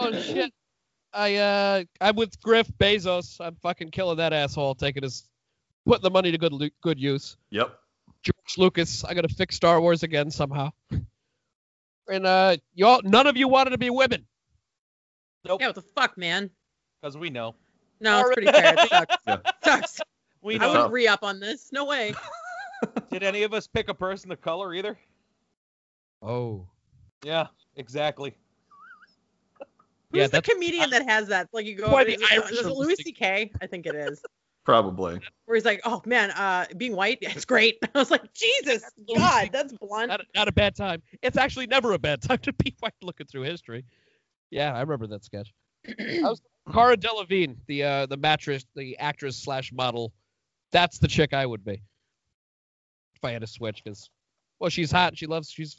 C: Oh shit. I uh I'm with Griff Bezos. I'm fucking killing that asshole, taking his putting the money to good lu- good use.
A: yep.
C: George Lucas, I gotta fix Star Wars again somehow. And uh y'all none of you wanted to be women.
D: yeah, what the fuck, man?
B: because we know.
D: No, it's pretty fair. It sucks.
A: Yeah.
D: Sucks.
B: We
D: I
A: know.
D: wouldn't re up on this. No way.
B: Did any of us pick a person of color either?
C: Oh.
B: Yeah, exactly.
C: Yeah,
D: Who's the
C: that's-
D: comedian that has that? Like you go.
C: Why
D: over-
C: the
D: is it-
C: Irish
D: is it
C: are
D: Louis
C: listening.
D: C.K. I think it is.
A: Probably.
D: Where he's like, "Oh man, uh, being white, it's great." I was like, "Jesus,
C: Louis
D: God,
C: C.K.
D: that's blunt."
C: Not, not a bad time. It's actually never a bad time to be white looking through history. Yeah, I remember that sketch. I was Cara Delevingne, the uh the mattress the actress slash model. That's the chick I would be. If I had to switch, because well, she's hot. She loves she's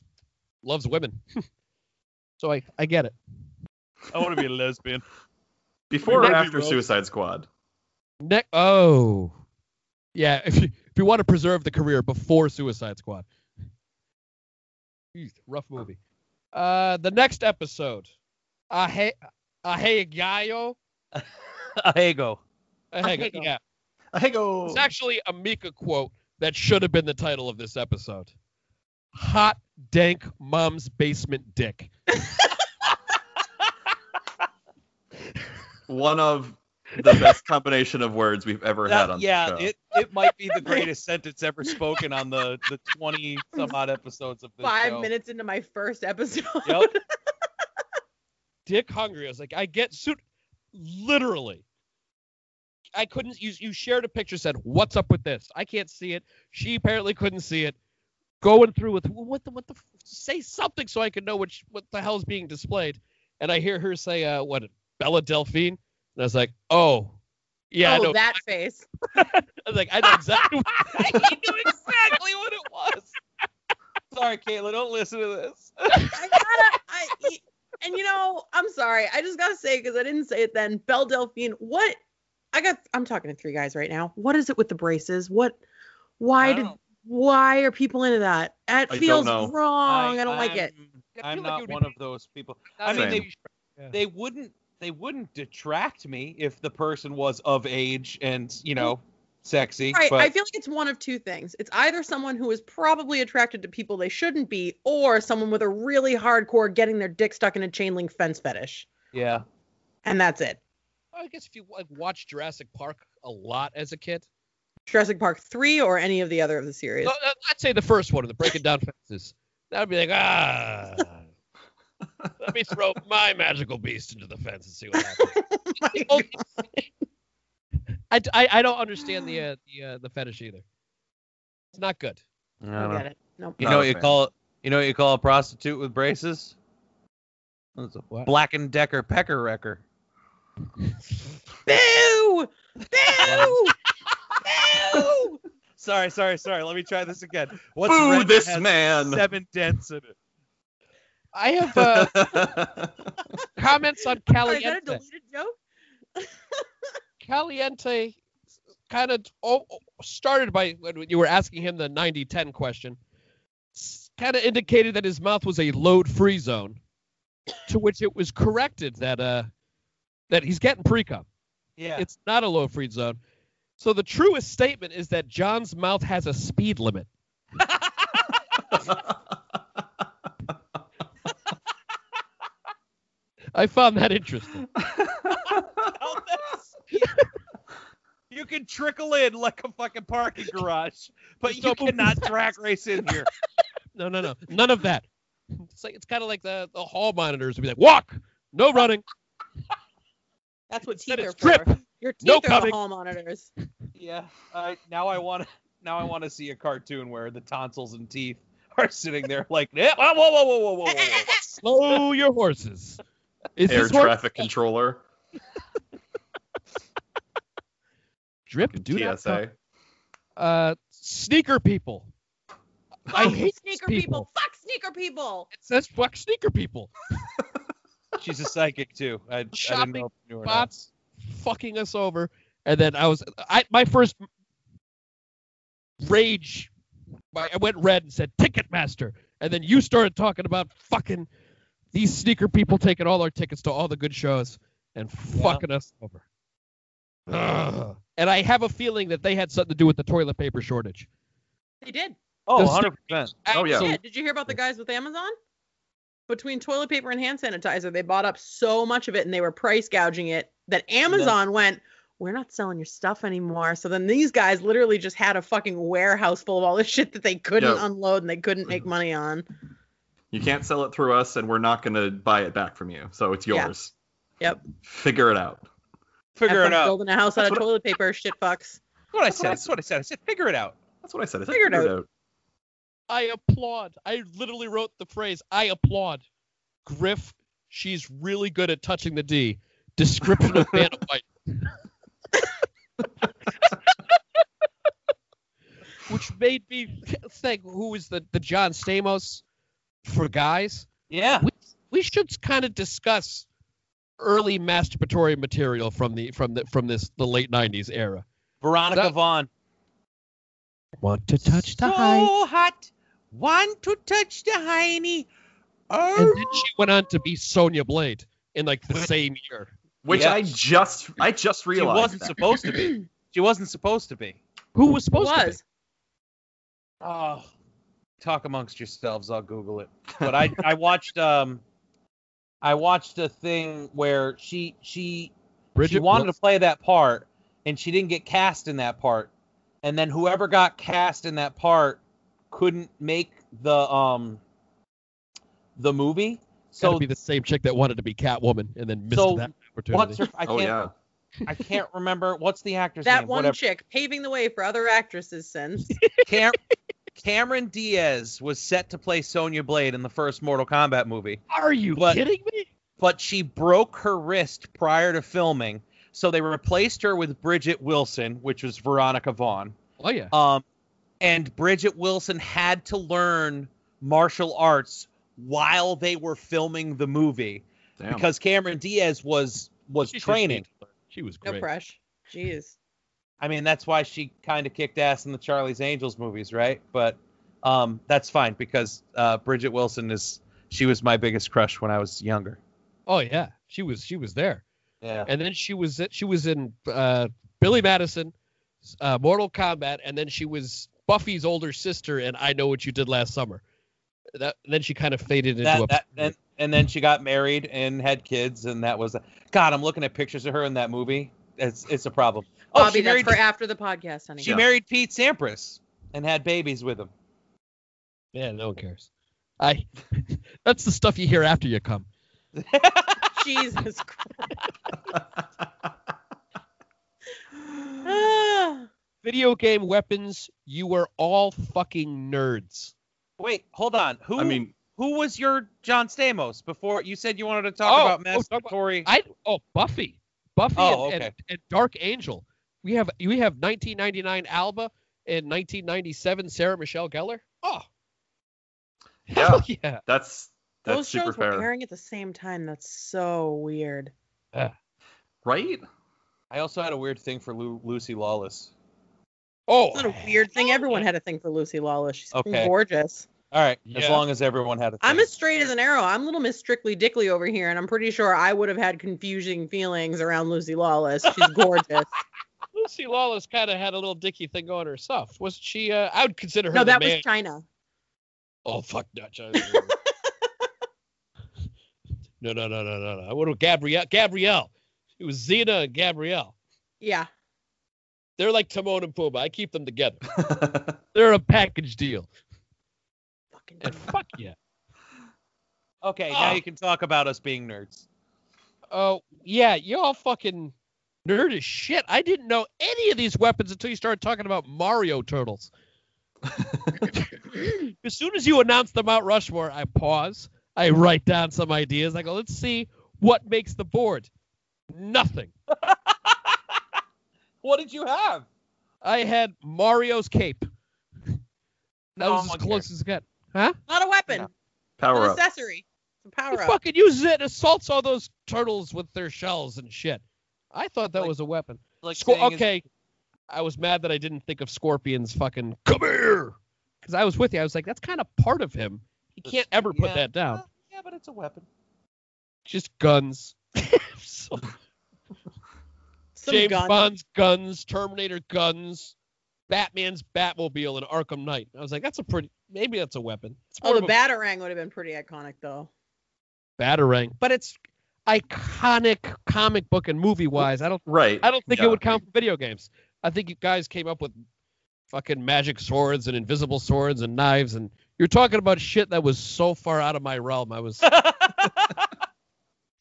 C: loves women. so I, I get it.
B: I want to be a lesbian.
A: Before or
B: Maybe
A: after
B: we'll-
A: Suicide Squad?
C: Ne- oh. Yeah, if you if you want to preserve the career before Suicide Squad. Jeez, rough movie. Uh the next episode. Ahe Ahe Gayo.
B: Ahego.
C: Ahe,
D: Ahego.
C: yeah.
A: I go.
C: It's actually a Mika quote that should have been the title of this episode. Hot dank mom's basement dick.
A: One of the best combination of words we've ever had
B: That-
A: on
B: yeah,
A: the show.
B: it, it might be the greatest sentence ever spoken on the the twenty some odd episodes of this
D: Five
B: show.
D: minutes into my first episode.
B: Yep.
C: Dick hungry. I was like, I get suit literally. I couldn't you you shared a picture said, What's up with this? I can't see it. She apparently couldn't see it. Going through with what the what the f- say something so I can know which what the hell's being displayed. And I hear her say, uh, what Bella Delphine? And I was like, Oh. Yeah, I
D: oh,
C: know.
D: that face.
C: I was like, I know exactly what
B: he knew exactly what it was. Sorry, Kayla, don't listen to this.
D: I gotta. I, y- and you know, I'm sorry. I just gotta say because I didn't say it then. Belle Delphine. What? I got. I'm talking to three guys right now. What is it with the braces? What?
B: I
D: Why
B: don't
D: did?
B: know.
D: Why are people into that? That
A: I don't
D: feels
A: know.
D: wrong. I, don't like it.
B: I'm-
C: I
B: I'm
C: feel like it
B: not
C: would be
B: one of those people. I mean,
A: Same.
B: they,
C: Yeah.
B: they wouldn't they wouldn't detract me if the person was of age and you know sexy.
D: Right.
B: but
D: I feel like it's one of two things. It's either someone who is probably attracted to people they shouldn't be, or someone with a really hardcore getting their dick stuck in a chain link fence fetish.
B: yeah,
D: And that's it.
C: I guess if you like watch Jurassic Park a lot as a kid,
D: Jurassic Park 3 or any of the other of the series.
C: Uh, uh, I'd say the first one of the breaking down fences. That would be like ah. Let me throw my magical beast into the fence and see what happens.
D: Like,
C: Oh, I, I, I don't understand the uh, the uh, the fetish either. It's not good.
D: I don't get it. Nope.
B: You
A: Not
B: know
A: a
B: what you
A: fan.
B: call you know what you call a prostitute with braces? That's a
C: What?
B: Black and Decker pecker wrecker.
D: Boo! Boo! Boo!
B: Sorry, sorry, sorry. Let me try this again. What's
A: Boo
B: red
A: this
B: has
A: man.
B: Seven dents in it.
C: I have uh, comments on
D: Sorry, is that a
C: Caliente.
D: deleted joke?
C: Caliente kind of oh, started by when you were asking him the 90-10 question. Kind of indicated that his mouth was a load-free zone, to which it was corrected that uh that he's getting pre-cum.
B: Yeah.
C: It's not a load-free zone. So the truest statement is that John's mouth has a speed limit. I found that interesting.
B: out this. you can trickle in like a fucking parking garage, but
C: Just
B: you
C: don't move
B: cannot drag race in here.
C: No, no, no. None of that. It's like it's kind of like the, the hall monitors would be like, walk, no running,
D: That's what teeth
C: Instead
D: are
C: it's drip.
D: for. Your teeth
C: No
D: are
C: coming.
D: the hall monitors.
B: Yeah. I now I want to now I want to see a cartoon where the tonsils and teeth are sitting there like "Yeah, whoa whoa whoa whoa whoa whoa. whoa.
C: Slow your horses. Is
A: Air
C: this horse
A: traffic controller.
C: drip? Do not
A: TSA.
C: come. Uh, sneaker people. I
D: Fuck
C: hate
D: Oh, sneaker
C: people.
D: people. Fuck sneaker people.
C: It says fuck sneaker people.
B: She's a psychic too. I, I didn't
C: Shopping
B: know if you knew or not.
C: Bots fucking us over, and then I was I my first rage. My, I went red and said Ticketmaster, and then you started talking about fucking these sneaker people taking all our tickets to all the good shows and fucking us over. Ugh. And I have a feeling that they had something to do with the toilet paper shortage.
D: They did.
B: Oh,
C: Does-
B: 100 percent.
A: Oh, yeah.
D: Yeah,
C: Absolutely.
D: Did you hear about the guys with Amazon? Between toilet paper and hand sanitizer, they bought up so much of it and they were price gouging it that Amazon went, We're not selling your stuff anymore. So then these guys literally just had a fucking warehouse full of all this shit that they couldn't
A: Yeah.
D: unload and they couldn't make
B: Mm-hmm.
D: money on.
A: You can't sell it through us, and we're not going to buy it back from you. So it's
D: Yeah.
A: yours.
D: Yep.
A: Figure it out.
B: Figure it
D: Everyone's
B: out.
D: Building a house out
A: That's
D: of
A: what-
D: toilet paper, shit fucks.
B: That's what I
A: That's what
B: said.
A: I-
B: That's what I said. I said figure it out.
A: That's what I said. I said
D: Figure it out.
C: I applaud. I literally wrote the phrase I applaud. Griff, she's really good at touching the D. Description of Vanna White. Which made me think who is the, the John Stamos for guys?
B: Yeah.
C: We should kind of discuss early masturbatory material from the from the from this the late 90s era.
B: Veronica
C: That-
B: Vaughn.
C: Want to touch the
B: so
C: high.
B: hot. Want to touch the hiney.
C: And
B: Oh.
C: then she went on to be Sonia Blade in like the same year.
A: Which
B: Yeah.
A: I just I just
B: She
A: realized.
B: wasn't
A: that.
B: supposed to be. She wasn't supposed to be.
C: Who was supposed to be?
D: Was.
B: Oh. Talk amongst yourselves. I'll Google it. But I I watched um I watched a thing where she she she wanted to play that part and she didn't get cast in that part. And then whoever got cast in that part couldn't make the um the movie.
C: so
B: So
C: be the same chick that wanted to be Catwoman and then missed
B: So,
C: that opportunity.
B: what's her I
A: oh
B: can't
A: yeah.
B: I can't remember what's the actor's
D: That
B: name.
D: one
B: Whatever.
D: chick paving the way for other actresses since.
B: Cam- Cameron Diaz was set to play Sonya Blade in the first Mortal Kombat movie,
C: Are you
B: But-
C: kidding me?
B: but she broke her wrist prior to filming, so they replaced her with Bridget Wilson, which was Veronica Vaughn.
C: Oh yeah.
B: Um, and Bridget Wilson had to learn martial arts while they were filming the movie
A: Damn.
B: because Cameron Diaz was was
C: She just
B: training.
C: needed to learn. She was
D: No
C: great.
D: crush. Jeez.
B: I mean, that's why she kind of kicked ass in the Charlie's Angels movies, right? But um, that's fine because uh, Bridget Wilson is she was my biggest crush when I was younger.
C: oh yeah. She was she was there.
B: Yeah.
C: And then she was she was in uh, Billy Madison, uh, Mortal Kombat, and then she was Buffy's older sister in I Know What You Did Last Summer. That then she kind of faded into
B: That,
C: a
B: that, and, and then she got married and had kids, and that was God. I'm looking at pictures of her in that movie. It's it's a problem. Oh,
D: Bobby,
B: she
D: that's
B: married
D: for after the podcast, honey.
B: she
A: Yeah.
B: married Pete Sampras and had babies with him.
C: yeah, no one cares. I that's the stuff you hear after you come.
D: Jesus Christ. Ah.
C: Video game weapons, you were all fucking nerds.
B: Wait, hold on. Who
A: I mean,
B: who was your John Stamos before? You said you wanted to talk
C: Oh,
B: about
C: oh, talk about-
B: masturbatory.
C: I oh Buffy, Buffy
B: Oh,
C: and, and-
B: okay.
C: and Dark Angel. We have we have 1999 Alba and 1997 Sarah Michelle Gellar. Oh,
A: yeah,
C: hell yeah.
A: that's that's
D: Those
A: super
D: shows
A: fair,
D: were airing at the same time. That's so weird.
A: right?
B: I also had a weird thing for Lu- Lucy Lawless.
C: Oh,
D: It's not a weird thing. Everyone had a thing for Lucy Lawless. She's fucking
B: Okay.
D: gorgeous.
B: All right, as
C: Yeah.
B: long as everyone had a
D: I'm
B: thing.
D: as straight as an arrow. I'm little Miss Strictly Dickly over here, and I'm pretty sure I would have had confusing feelings around Lucy Lawless. She's gorgeous.
C: Lucy Lawless kind of had a little dicky thing going herself. Wasn't she? Uh, I would consider her.
D: no,
C: the
D: that
C: man.
D: was China.
C: Oh fuck, not China. no, no, no, no, no, no. I would have Gabrielle. Gabrielle. It was Zena and Gabrielle.
D: Yeah.
C: They're like Timon and Pumbaa. I keep them together. They're a package deal.
D: Fucking
C: And fuck yeah.
B: okay, now
C: Ah.
B: you can talk about us being nerds.
C: Oh yeah, y'all fucking nerd as shit. I didn't know any of these weapons until you started talking about Mario turtles. as soon as you announced the Mount Rushmore, I pause. I write down some ideas. I go, let's see what makes the board. Nothing.
B: What did you have?
C: I had Mario's cape. That
B: No,
C: was
B: I'm
C: as
B: okay.
C: close as it got.
D: not a weapon.
B: No.
A: Power
D: An
A: up.
D: accessory. It's a
C: He
D: power up.
C: fucking uses it, assaults all those turtles with their shells and shit. I thought that
B: Like-
C: was a weapon.
B: Like
C: Scor-
B: saying is-
C: okay. I was mad that I didn't think of Scorpion's fucking come here because I was with you. I was like, that's kind of part of him. He
B: That's-
C: can't ever put
B: yeah.
C: that down.
B: Uh, yeah, but it's a weapon.
C: Just guns. So,
D: Some
C: James
D: gun.
C: Bond's guns, Terminator guns, Batman's Batmobile, and Arkham Knight. I was like, that's a pretty. Maybe that's a weapon. It's
D: Oh,
C: more
D: the
C: of
D: Batarang would have been pretty iconic, though.
C: a batarang, but it's iconic comic book and movie wise. I don't.
A: Right.
C: I don't think
A: Yeah.
C: it would count for video games. I think you guys came up with fucking magic swords and invisible swords and knives and you're talking about shit that was so far out of my realm. I was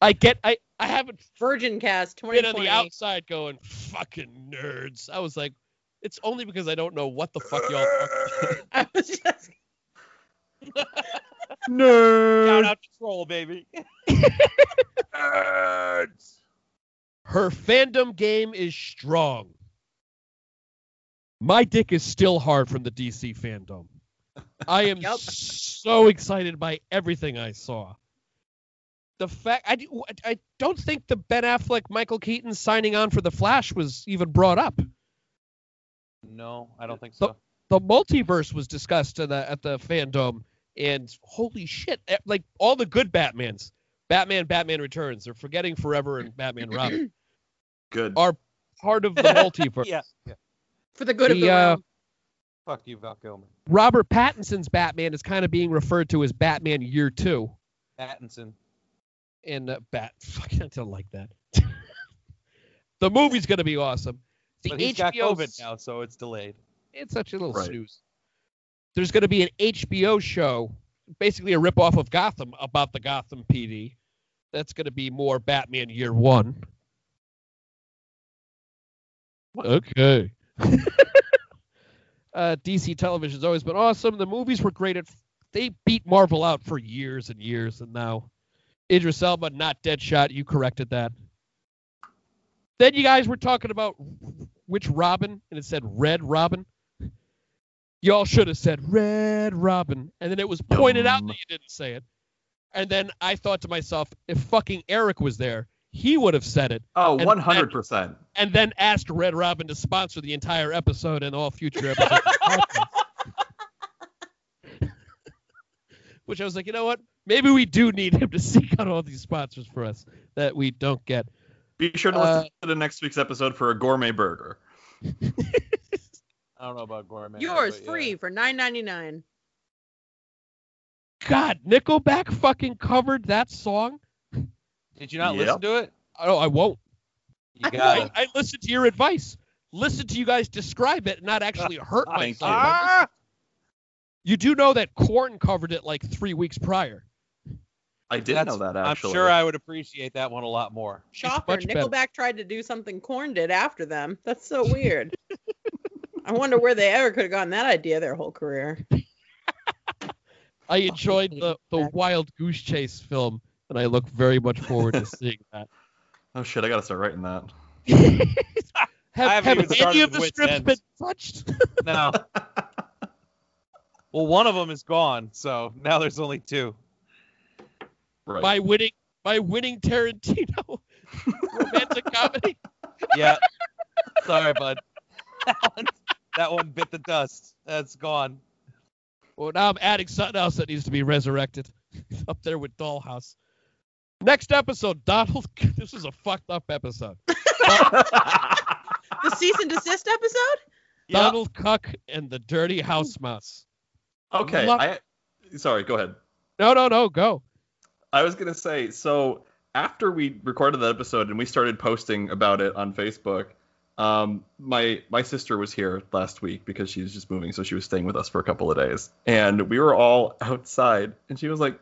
C: I get I I haven't
D: Virgin Cast
C: been on the
D: 2020.
C: outside going fucking nerds. I was like it's only because I don't know what the fuck y'all are.
D: I was just.
B: Shout
A: Nerd.
B: out to troll, baby.
C: Her fandom game is strong. My dick is still hard from the DC fandom. I am
D: Yup.
C: so excited by everything I saw. The fact I, do- I don't think the Ben Affleck Michael Keaton signing on for the Flash was even brought up.
B: No, I don't think
C: The-
B: so.
C: The multiverse was discussed at the, at the fandom, and holy shit! eh, Like all the good Batmans, Batman, Batman Returns, or Forgetting Forever, and Batman Robin
A: Good.
C: are part of the multiverse.
B: Yeah.
D: For the good of
C: The,
D: the
C: uh,
D: realm.
B: Fuck you, Val Kilmer.
C: Robert Pattinson's Batman is kind of being referred to as Batman Year Two,
B: Pattinson.
C: and uh, Bat. Fuck, I don't like that. the movie's gonna be awesome. The
B: But he's got COVID now, so it's delayed.
C: It's such a little
A: Right.
C: snooze. There's gonna be an HBO show, basically a ripoff of Gotham about the Gotham PD. That's gonna be more Batman Year One. Okay. uh, DC television's always been awesome. The movies were great. At, they beat Marvel out for years and years, and now Idris Elba, not Deadshot. You corrected that. Then you guys were talking about which Robin, and it said Red Robin. Y'all should have said Red Robin, and then it was pointed out
A: Dumb.
C: that you didn't say it. And then I thought to myself, if fucking Eric was there, he would have said it
A: Oh,
C: and-
A: 100%.
C: and then asked Red Robin to sponsor the entire episode and all future episodes. Which I was like, you know what? Maybe we do need him to seek out all these sponsors for us that we don't get.
A: Be sure to
C: Uh,
A: listen to the next week's episode for a gourmet burger.
B: I don't know about Gorman.
D: Yours free for nine ninety nine.
C: God, Nickelback fucking covered that song.
B: Did you not
A: Yep.
B: listen to it?
C: Oh, I won't.
B: You got
C: I,
B: it.
C: I listened to your advice. Listen to you guys describe it, and not actually hurt
A: Thank
C: myself. You do know that Korn covered it like three weeks prior.
A: I did
B: That's-
A: know that,
B: I'm
A: actually.
B: sure I would appreciate that one a lot more.
D: Shocker.
C: much better.
D: Nickelback tried to do something Corn did after them. That's so weird. I wonder where they ever could have gotten that idea their whole career.
C: I enjoyed
D: hate
C: the, the
D: that.
C: Wild Goose Chase film, and I look very much forward to seeing that.
A: Oh, shit. I got to start writing that.
C: Have,
B: I haven't
C: have
B: even
C: any
B: started
C: of the
B: with
C: scripts
B: Ends.
C: been touched?
B: No. well, one of them is gone, so now there's only two.
A: Right.
C: My winning, my winning Tarantino romantic comedy.
B: Yeah. Sorry, bud. That one's, that one bit the dust. That's gone.
C: Well, now I'm adding something else that needs to be resurrected. It's up there with Dollhouse. Next episode, Donald. This is a fucked up episode.
D: The cease and desist episode?
B: Yeah.
C: Donald Cuck and the Dirty House Mouse.
A: okay.
C: Love-
A: I, sorry, go ahead.
C: No, no, no, go.
A: I was gonna say, so after we recorded that episode and we started posting about it on Facebook, um, my my sister was here last week because she was just moving, so she was staying with us for a couple of days, and we were all outside, and she was like,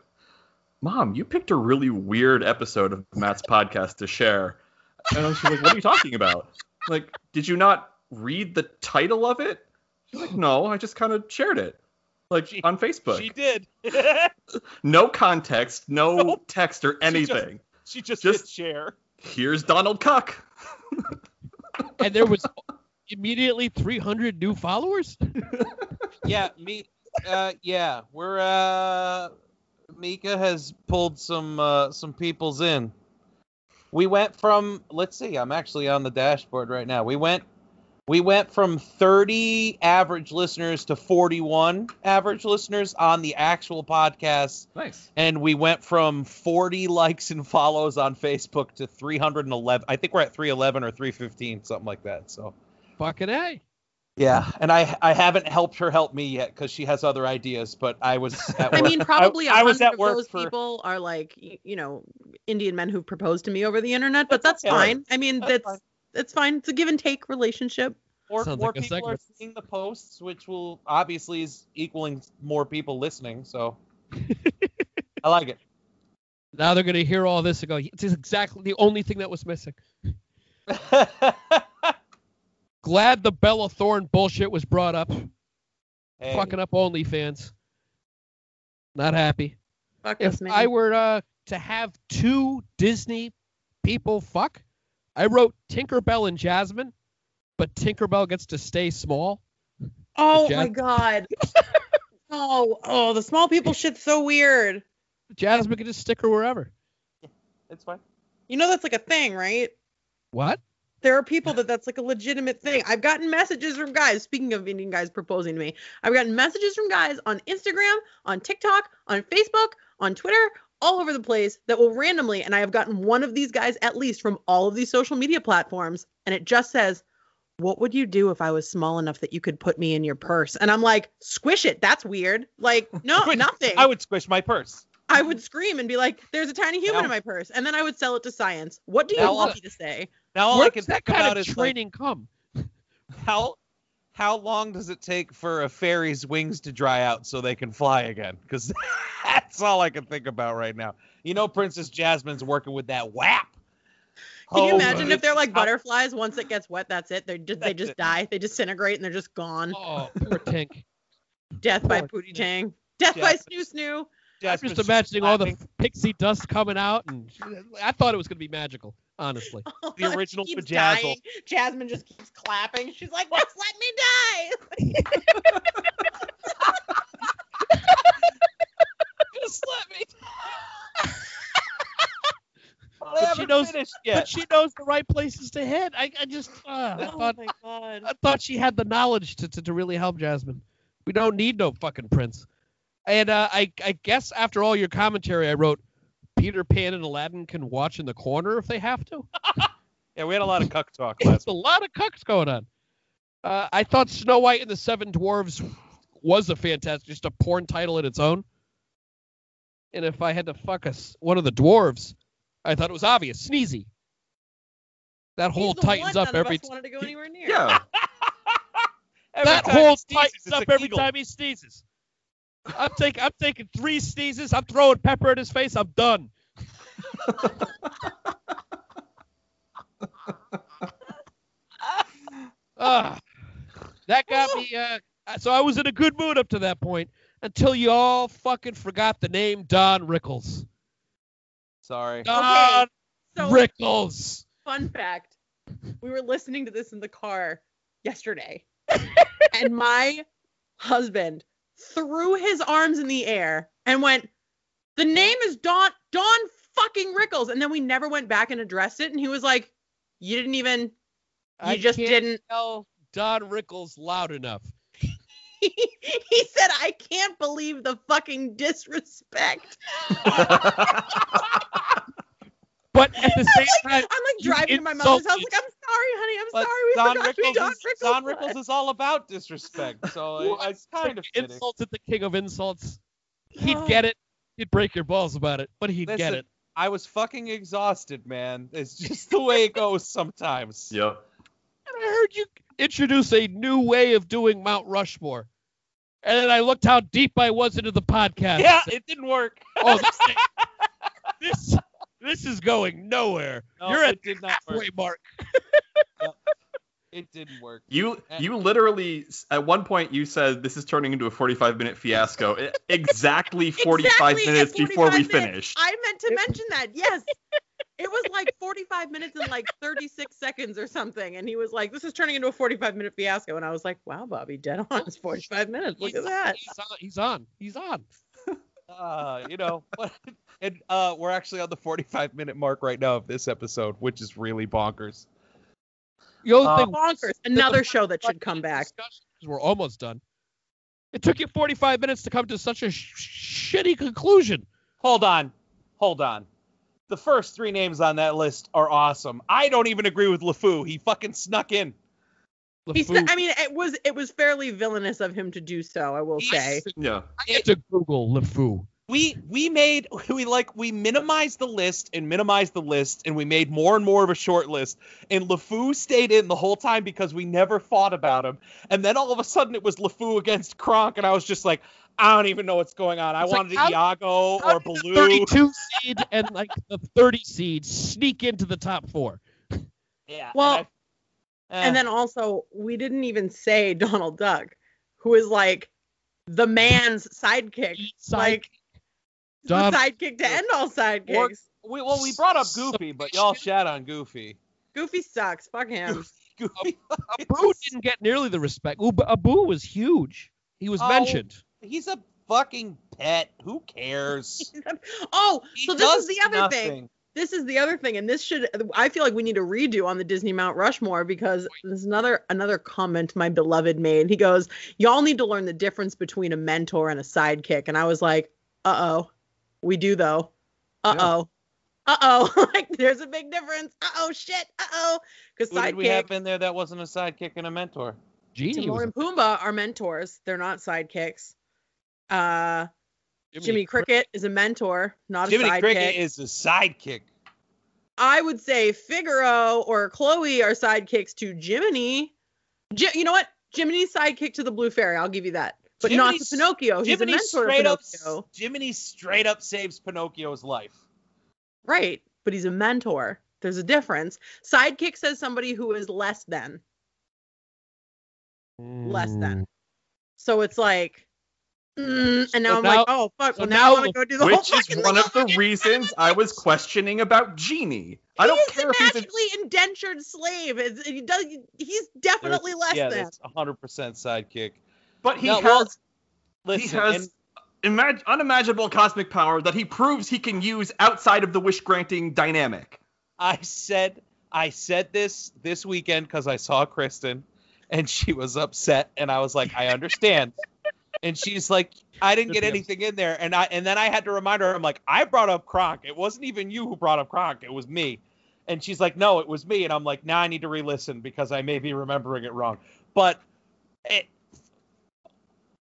A: "Mom, you picked a really weird episode of Matt's podcast to share," and I was like, "What are you talking about? Like, did you not read the title of it?" She's like, "No, I just kind of shared it." Like
B: She-
A: on Facebook,
B: She did.
A: no context, no
B: Nope.
A: text or
B: She just-
A: anything.
B: she just,
A: Just-
B: hit share.
A: Here's Donald Cuck.
C: And there was immediately 300 new followers.
B: Yeah, me. Uh, yeah, we're. Uh, Mika has pulled some uh, some people's in. We went from. Let's see. I'm actually on the dashboard right now. We went. We went from 30 average listeners to 41 average listeners on the actual podcast,
A: Nice.
B: and we went from 40 likes and follows on Facebook to 311. I think we're at 311 or 315, something like that. So.
C: Fucking A.
B: Yeah, and I I haven't helped her help me yet because she has other ideas. But I was at
D: I
B: work.
D: mean, probably a
B: I, I was
D: hundred
B: at
D: of
B: work
D: those
B: for
D: people are like, y- you know, Indian men who've proposed to me over the internet, but that's
B: okay.
D: fine. I mean,
B: That's
D: that's
B: fine.
D: it's fine. It's a give and take relationship.
B: or,
C: Sounds
B: or
C: like a
B: people are
C: segment.
B: seeing the posts, which will obviously is equaling more people listening. So I like it.
C: Now they're going to hear all this and go, it's exactly the only thing that was missing. Glad the Bella Thorne bullshit was brought up.
B: Hey,
C: Fucking up OnlyFans. Not happy.
D: Fuck
C: if
D: this man.
C: I were uh, to have two Disney people fuck, I wrote Tinkerbell and Jasmine, but Tinkerbell gets to stay small.
D: oh
C: Jas-
D: my god. oh, oh, the small people shit's so weird.
C: Jasmine can just stick her wherever.
B: it's fine.
D: You know that's like a thing, right?
C: What?
D: there are people that that's like a legitimate thing. I've gotten messages from guys. Speaking of Indian guys proposing to me, I've gotten messages from guys on Instagram, on TikTok, on Facebook, on Twitter, all over the place that will randomly, and I have gotten one of these guys at least from all of these social media platforms, and it just says, "What would you do if I was small enough that you could put me in your purse?" And I'm like, "Squish it. That's weird. Like, no,
B: Squish-
D: nothing.
B: I would squish my purse.
D: I would scream and be like, "There's a tiny human
B: Now-
D: in my purse," and then I would sell it to science. What do you
B: Now-
D: want me to say?
B: Now all
C: Where
B: I can
C: does that
B: think about
C: kind
B: is
C: of
B: like,
C: training come?
B: how how long does it take for a fairy's wings to dry out so they can fly again? Because that's all I can think about right now. You know, Princess Jasmine's working with that whap.
D: Can you
B: Oh,
D: imagine if
B: it's
D: they're like
B: out-
D: butterflies? Once it gets wet, that's it. They just they
B: That's
D: just
B: it.
D: die. They disintegrate and they're just gone.
C: Oh, poor Tink.
D: Death by
C: poor
D: Pootie
C: thing.
D: Tang. Death by
B: Death.
D: Snoo Snoo.
C: I'm
B: Jasmine's
C: just imagining all the
B: laughing.
C: pixie dust coming out, and I thought it was going to be magical, honestly.
B: The original
D: She keeps
B: bejazzle.
D: dying. Jasmine just keeps clapping. She's like, "Just let me die."
B: Just let me. Well,
C: But
B: they
C: she
B: haven't
C: knows-
B: finished
C: But
B: yet.
C: she knows the right places to hit. I, I just, uh, I
D: Oh
C: thought,
D: my god.
C: I thought she had the knowledge to, to, to really help Jasmine. We don't need no fucking prince. And uh, I, I guess after all your commentary, I wrote Peter Pan and Aladdin can watch in the corner if they have to.
B: Yeah, we had a lot of cuck talk
C: There's
B: last.
C: a lot of cucks going on. Uh, I thought Snow White and the Seven Dwarves was a fantastic, just a porn title in its own. And if I had to fuck us one of the dwarves, I thought it was obvious. Sneezy. That
D: He's
C: whole
D: the
C: tightens
D: one
C: up
D: none of
C: every
D: us wanted to go anywhere near.
A: Yeah.
B: Every
C: that
B: time
C: hole
B: he sneezes,
C: tightens
B: it's
C: up
B: an
C: every
B: eagle.
C: time he sneezes. I'm taking I'm taking three sneezes. I'm throwing pepper in his face. I'm done. Ah, that got me. Uh, so I was in a good mood up to that point until you all fucking forgot the name Don Rickles.
B: Sorry.
C: Don
D: So
C: Rickles.
D: fun fact: we were listening to this in the car yesterday, and my husband threw his arms in the air and went, "The name is Don Don fucking Rickles." And then we never went back and addressed it. And he was like, "You didn't even. You
C: I
D: just
C: can't
D: didn't."
C: tell Don Rickles loud enough.
D: he, he said, I can't believe the fucking disrespect.
C: But at the same
D: I'm like
C: time, You
D: driving to my mother's house.
C: insulted-
D: Like, I'm sorry, honey. I'm
B: But
D: sorry. We
B: Don
D: forgot who
B: Rickles,
D: Don
B: is,
D: Rickles
B: Don
D: was."
B: Rickles is all about disrespect, so
C: Well,
B: I- it's kind of fitting.
C: insulted the king of insults.
D: Oh.
C: He'd get it. He'd break your balls about it, but he'd
B: Listen,
C: get it.
B: I was fucking exhausted, man. It's just the way it goes sometimes.
A: Yep.
C: And I heard you introduce a new way of doing Mount Rushmore. And then I looked how deep I was into the podcast.
B: Yeah, it didn't work.
C: Oh, this, thing- this this is going nowhere.
B: No,
C: You're at
B: it did not work.
C: halfway mark.
B: It didn't work.
A: You you literally at one point you said this is turning into a 45 minute fiasco. E- Exactly 45
D: Exactly,
A: minutes
D: it's
A: before
D: 45
A: we
D: minutes.
A: finished.
D: I meant to mention that. Yes. It was like 45 minutes and like 36 seconds or something. And he was like, this is turning into a 45 minute fiasco. And I was like, wow, Bobby, dead on. It's 45 minutes. Look at that.
C: He's on. He's on. He's on.
B: Uh, you know, what- and uh, we're actually on the 45 minute mark right now of this episode, which is really bonkers.
C: The only
A: Uh,
C: thing
D: Bonkers. Another show that should come back.
C: Discussion, 'cause We're almost done. It took you 45 minutes to come to such a sh- shitty conclusion.
B: Hold on, hold on. The first three names on that list are awesome. I don't even agree with LeFou. He fucking snuck in.
D: He
C: LeFou,
D: said, I mean, it was it was fairly villainous of him to do so, I will say.
A: Yeah.
C: I had to Google LeFou.
B: we we made we like we minimized the list and minimized the list and we made more and more of a short list and LeFou stayed in the whole time because we never thought about him and then all of a sudden it was LeFou against Kronk and I was just like I don't even know what's going on I
C: It's like,
B: wanted
C: how-
B: Iago
C: how
B: or
C: did the
B: Baloo
C: 32 seed and like the 30 seed sneak into the top four.
B: yeah
D: Well,
B: and, I- eh,
D: And then also, we didn't even say Donald Duck, who is like the man's sidekick.
C: Side-
D: like the
C: Don-
D: sidekick to end all sidekicks.
B: Or- we, well we brought up Goofy but y'all shat on Goofy
D: Goofy sucks. Fuck him.
B: Goofy
C: Abu didn't get nearly the respect. Abu, Abu was huge. He was
B: Oh.
C: mentioned.
B: he's a fucking pet who cares
D: oh,
B: He
D: so this
B: does
D: is the other thing.
B: nothing.
D: This is the other thing, and this should I feel like we need a redo on the Disney Mount Rushmore because there's another another comment my beloved made. He goes, Y'all need to learn the difference between a mentor and a sidekick. And I was like, uh oh. We do though. Uh oh. Uh oh. like there's a big difference. Uh oh shit. Uh oh. Because
B: who did we have
D: sidekick
B: in there that wasn't a sidekick and a mentor
C: Genie
D: Timon
C: was
D: and Pumbaa are mentors. They're not sidekicks. Uh
C: Jimmy,
D: Jimmy Cricket is a mentor, not
B: Jiminy
D: a sidekick.
B: Cricket is a sidekick.
D: I would say Figaro or Chloe are sidekicks to Jiminy. Ji- you know what? Jiminy's sidekick to the Blue Fairy. I'll give you that. But not to
B: Jiminy's-
D: Pinocchio. Oh, He's
B: Jiminy
D: a mentor to
B: straight up
D: Pinocchio.
B: Jiminy straight up saves Pinocchio's life.
D: Right. But he's a mentor. There's a difference. Sidekick says somebody who is less than. less than. So it's like, mm, and now
C: So
D: I'm
C: now-
D: like, oh, fuck.
C: so
D: well, now,
C: now
D: I want to go do the whole
A: Which is
D: fucking
A: one
D: thing
A: of the
D: again.
A: reasons I was questioning about Genie. I
D: He
A: don't
D: is
A: care
D: a
A: if he's a
D: magically indentured slave. It's- he does, he's definitely less
B: yeah,
D: than.
B: that's 100% sidekick.
A: but he
B: No,
A: has
B: well, Listen,
A: he has imag- unimaginable cosmic power that he proves he can use outside of the wish granting dynamic.
B: I said I said this this weekend because I saw Kristen and she was upset and I was like, I understand. and she's like, I didn't get
C: Good
B: anything in there. And I and then I had to remind her, I'm like, I brought up Kronk. It wasn't even you who brought up Kronk, it was me. And she's like, No, it was me. And I'm like, now I need to re-listen because I may be remembering it wrong. But it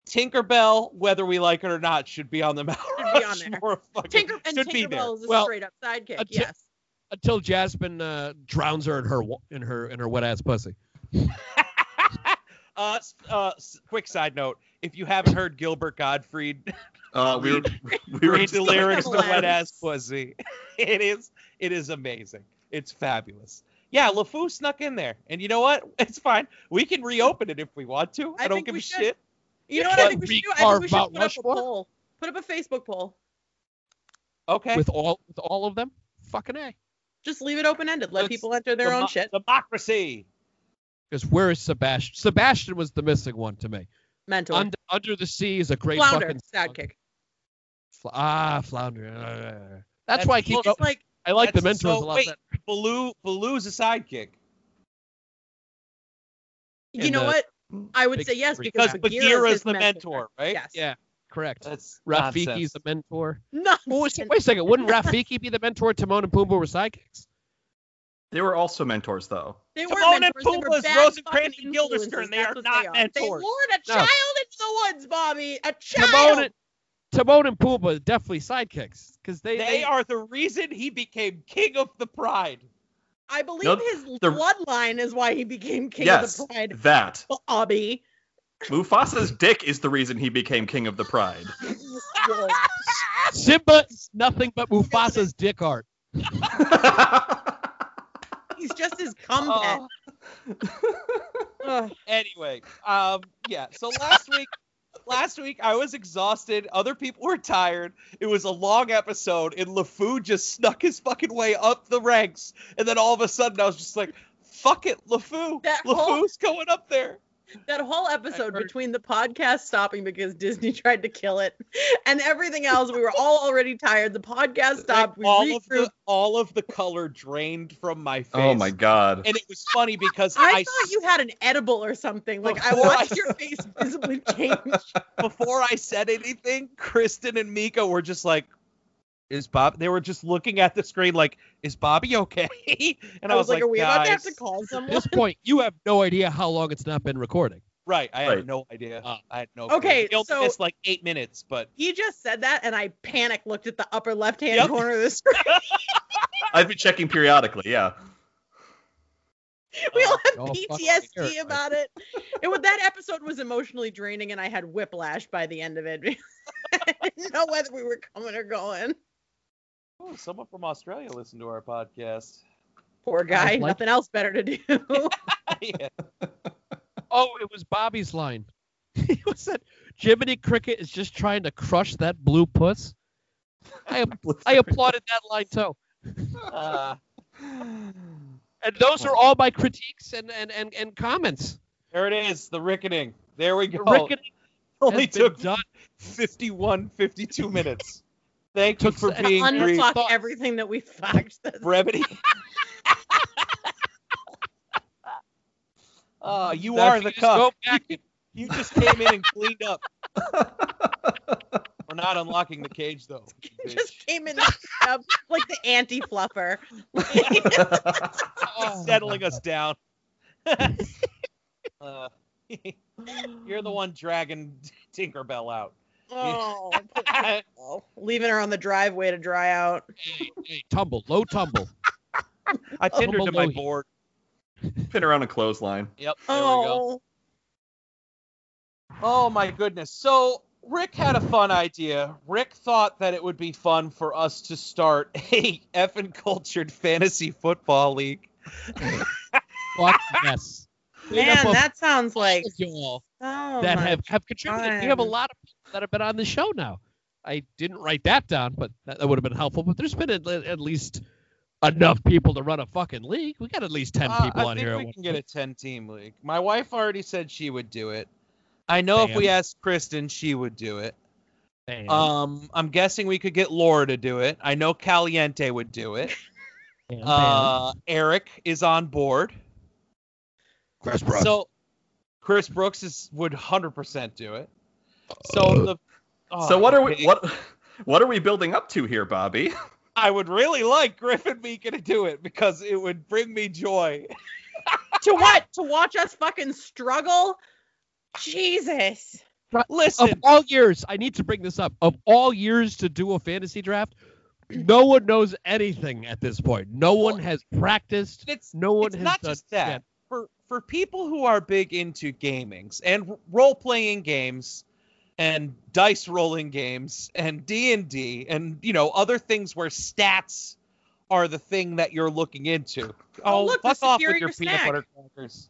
B: Tinkerbell, whether we like it or not, should be on the Mount
D: be on there.
B: Rushmore of fucking-
D: Tinker and
B: should be there.
D: Tinkerbell is a
C: Well,
D: straight up sidekick.
C: a ti-
D: yes.
C: Until Jasmine uh, drowns her in her wa- in her in her wet ass pussy.
B: uh, s- uh, s- quick side note: if you haven't heard Gilbert Gottfried
A: Uh, we were, we were
B: read the lyrics to
D: Hilarious.
B: "Wet Ass Pussy," it is it is amazing. It's fabulous. Yeah, LeFou snuck in there, and you know what? It's fine. We can reopen it if we want to. I,
D: I
B: don't
D: think
B: give
D: we
B: a
D: should.
B: shit.
D: You know what I
C: What,
D: think we should do? I think we should
C: recarve Mount
D: put up a
C: Rushmore?
D: poll. Put up a Facebook poll.
B: Okay.
C: With all with all of them, fucking a.
D: Just leave it open ended. Let
B: Let's-
D: people enter their
B: Demo-
D: own shit.
B: Democracy.
C: Because where is Sebastian? Sebastian was the missing one to me.
D: Mentor.
C: Under, Under the Sea is a great
D: Flounder,
C: fucking
D: sidekick.
C: Fl- ah, flounder. That's,
B: That's
C: why I keep.
B: well,
D: It's like
C: I like the
B: That's-
C: mentors
B: so
C: a lot.
B: wait.
C: better.
B: Baloo. Baloo's a sidekick.
D: You
C: in
D: know
C: the-
D: what? I would
C: Big
D: say yes
C: three.
D: because
B: Because
D: Bagheera's
B: Bagheera's
D: his
B: the mentor, right?
D: Yes.
C: Yeah. Correct.
B: That's
C: Rafiki's
B: nonsense.
C: the mentor.
D: No.
C: Well, wait, wait a second. Wouldn't Rafiki be the mentor? Timon and Pumbaa were sidekicks.
A: They were also mentors, though.
D: They
B: Timon and
D: mentors. They were
B: Pumbaa's
D: bad
B: Rosencrantz
D: fucking
B: and Guildenstern. They are
D: influences. That's what
B: not
D: They
B: mentors.
D: lured a
C: No.
D: child into the woods, Bobby. A child.
C: Timon and, Timon and Pumbaa are definitely sidekicks because they,
B: They are the reason he became king of the pride.
D: I believe
A: No,
D: his
A: the-
D: bloodline is why he became king
A: yes,
D: of the pride.
A: that
D: Bobby.
A: Mufasa's dick is the reason he became king of the pride.
C: Simba's nothing but Mufasa's dick art.
D: He's just his cum pet.
B: Oh. anyway, um, yeah. So last week, last week I was exhausted. Other people were tired. It was a long episode, and LeFou just snuck his fucking way up the ranks. And then all of a sudden, I was just like, "Fuck it, LeFou!
D: That whole-
B: LeFou's going up there."
D: That whole episode
C: heard-
D: between the podcast stopping because Disney tried to kill it and everything else, we were all already tired. The podcast stopped. We
B: all of
D: regrouped.
B: the all of the color drained from my face.
A: oh my god.
B: And it was funny because
D: I,
B: I,
D: thought you had an edible or something. Like I
B: Before I-
D: watched your face visibly change.
B: before I said anything, Kristen and Mika were just like, "Is Bob?" They were just looking at the screen like, "Is Bobby okay?" And
D: I was like, "Are we about to have to
B: "Guys."
D: call
C: At
D: someone?"
C: this point, you have no idea how long it's not been recording.
B: Right. I
A: Right.
B: had no idea.
C: Ah.
B: I had no.
D: Uh, Okay,
B: Clue. We only
D: so-
B: missed like eight minutes, but
D: He just said that, and I panic looked at the upper left-hand
B: Yep.
D: corner of the screen.
A: I've been checking periodically. Yeah.
D: We
B: uh,
D: all have
C: Oh, fucking
D: PTSD
C: terrified.
D: about it. And what that episode was emotionally draining, and I had whiplash by the end of it. I didn't know whether we were coming or going.
B: ooh, someone from Australia listened to our podcast.
D: Poor guy,
C: like-
D: nothing else better to do.
B: Yeah.
C: Oh, it was Bobby's line. He was that Jiminy Cricket is just trying to crush that blue puss. I I applauded that line too.
B: Uh,
C: And those are all my critiques and and and, and comments.
B: there it is. The rickening. There we go.
C: Reckoning
B: only
C: has been
B: took
C: done.
B: 51, 52 minutes. Thank you
C: Took
B: for
C: an
B: being brief.
D: Unfuck
C: thought-
D: everything that we fucked. That's
B: brevity. Uh, you
C: Now,
B: are
C: if
B: the
C: just
B: cup.
C: Go back and
B: You just came in and cleaned up. We're not unlocking the cage though. bitch.
D: just came in um, like the anti fluffer.
C: oh,
B: settling us down. Uh, you're the one dragging Tinkerbell out.
D: Oh, oh, leaving her on the driveway to dry out.
C: hey, hey, tumble, low tumble.
B: I tindered to my
C: Baloney.
B: board.
A: Pin around a clothesline.
B: Yep. There we go.
D: Oh,
B: Oh my goodness. So Rick had a fun idea. Rick thought that it would be fun for us to start a effing cultured fantasy football league.
C: Fuck yes. Clean up
D: man,
C: a-
D: that sounds like
C: of y'all
D: oh
C: that
D: my-
C: have, have contributed. We have a
D: God.
C: lot of people that have been on the show now. I didn't write that down, but that, that would have been helpful. But there's been at, le- at least enough people to run a fucking league. We got at least ten
B: Uh,
C: people
B: I
C: on
B: think
C: here.
B: we can get a 10 team league. My wife already said she would do it. I know if
C: Damn.
B: we asked Kristen, she would do it.
C: Damn.
B: Um, I'm guessing we could get Laura to do it. I know Caliente would do it.
C: Damn, damn.
B: Uh, Eric is on board.
E: Chris Brown.
B: So Chris Brooks is would 100% do it. So the
A: Uh, so
B: Oh,
A: what are we
B: okay.
A: what what are we building up to here, Bobby?
B: I would really like Griffin Mika to do it because it would bring me joy.
D: to what? To watch us fucking struggle? Jesus.
C: of
B: Listen,
C: all years, I need to bring this up. Of all years to do a fantasy draft, no one knows anything at this point. No one has practiced.
B: it's
C: No one
B: it's
C: has
B: not
C: done
B: just that.
C: shit.
B: For for people who are big into gamings and role playing games and dice rolling games and D&D and you know other things where stats are the thing that you're looking into.
D: Oh, look, the
B: fuck off with
D: superior
B: your
D: snack.
B: peanut butter crackers.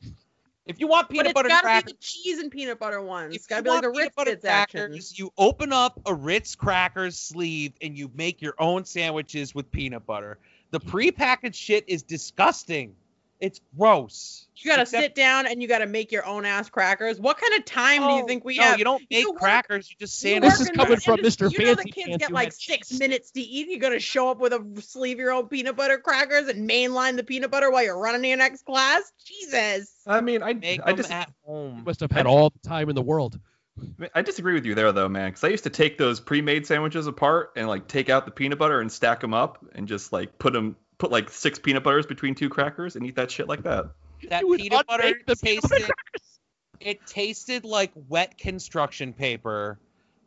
B: If you want peanut
D: but
B: butter
D: it's gotta
B: crackers,
D: be the cheese and peanut butter ones. It's
B: If
D: gotta
B: you
D: be
B: want
D: like the
B: peanut
D: Ritz
B: butter
D: Kids action.
B: crackers, You open up a Ritz crackers sleeve and you
D: Mm.
B: make your own sandwiches with peanut butter. The prepackaged shit is disgusting. It's gross.
D: You gotta
B: Except-
D: sit down and you gotta make your own ass crackers. What kind of time do you
B: Oh,
D: think we
B: no,
D: have?
B: you don't
D: You
B: make
D: work-
B: crackers. You just
D: You
B: sand.
C: This is
D: work in
C: coming
D: this
C: from
D: industry.
C: Mr.
D: You know the
C: Fancy
D: kids
C: Pants
D: get
C: who
D: like
C: had
D: six
C: cheese.
D: minutes to eat. You're gonna show up with a sleeve your own peanut butter crackers and mainline the peanut butter while you're running to your next class. Jesus.
A: I mean, I
B: Make
A: I
B: them
A: just
B: at
C: You
B: home.
C: must have had all the time in the world.
A: I disagree with you there though, man. Because I used to take those pre-made sandwiches apart and like take out the peanut butter and stack them up and just like put them put like six peanut butters between two crackers and eat that shit like that.
B: That
C: You would
B: peanut butter
C: unbake the peanut
B: tasted. it tasted like wet construction paper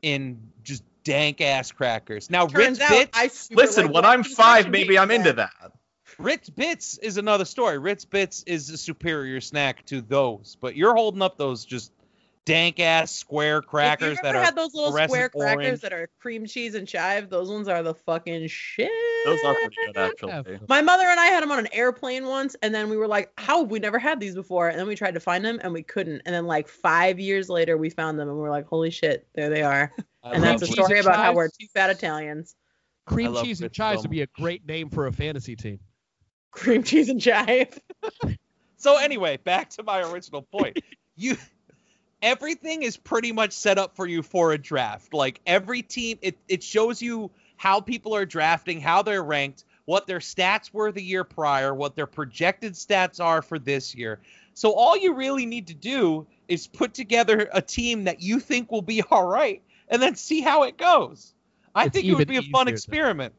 B: in just dank ass crackers. Now Ritz
D: Turns out
B: Bits.
D: I super
A: Listen,
D: like
A: when
D: that.
A: I'm
D: He's
A: five,
D: actually
A: maybe I'm
D: made
A: into
D: that.
A: that.
B: Ritz Bits is another story. Ritz Bits is a superior snack to those, but you're holding up those just dank ass square crackers
D: if you
B: that
D: ever
B: are
D: had those little square
B: fluorescent
D: crackers
B: orange.
D: that are cream cheese and chive, those ones are the fucking shit.
A: Those are pretty good
C: Have
A: actually.
C: them.
D: My mother and I had them on an airplane once, and then we were like, "How have we never had these before?" And then we tried to find them, and we couldn't. And then like five years later, we found them, and we were like, "Holy shit, there they are!"
B: I
D: And that's a
B: love
C: cheese
D: story
C: and
D: about how
C: chives.
D: we're two fat Italians.
C: Cream
B: love
C: cheese and
B: Ritz
C: chives
B: so
C: would be a
B: much.
C: great name for a fantasy team.
D: Cream cheese and chive.
B: So anyway, back to my original point. You everything is pretty much set up for you for a draft. Like every team it it shows you how people are drafting, how they're ranked, what their stats were the year prior, what their projected stats are for this year. So all you really need to do is put together a team that you think will be all right and then see how it goes. I
C: It's
B: think it would
C: even
B: be a
C: easier
B: fun
C: than-
B: experiment.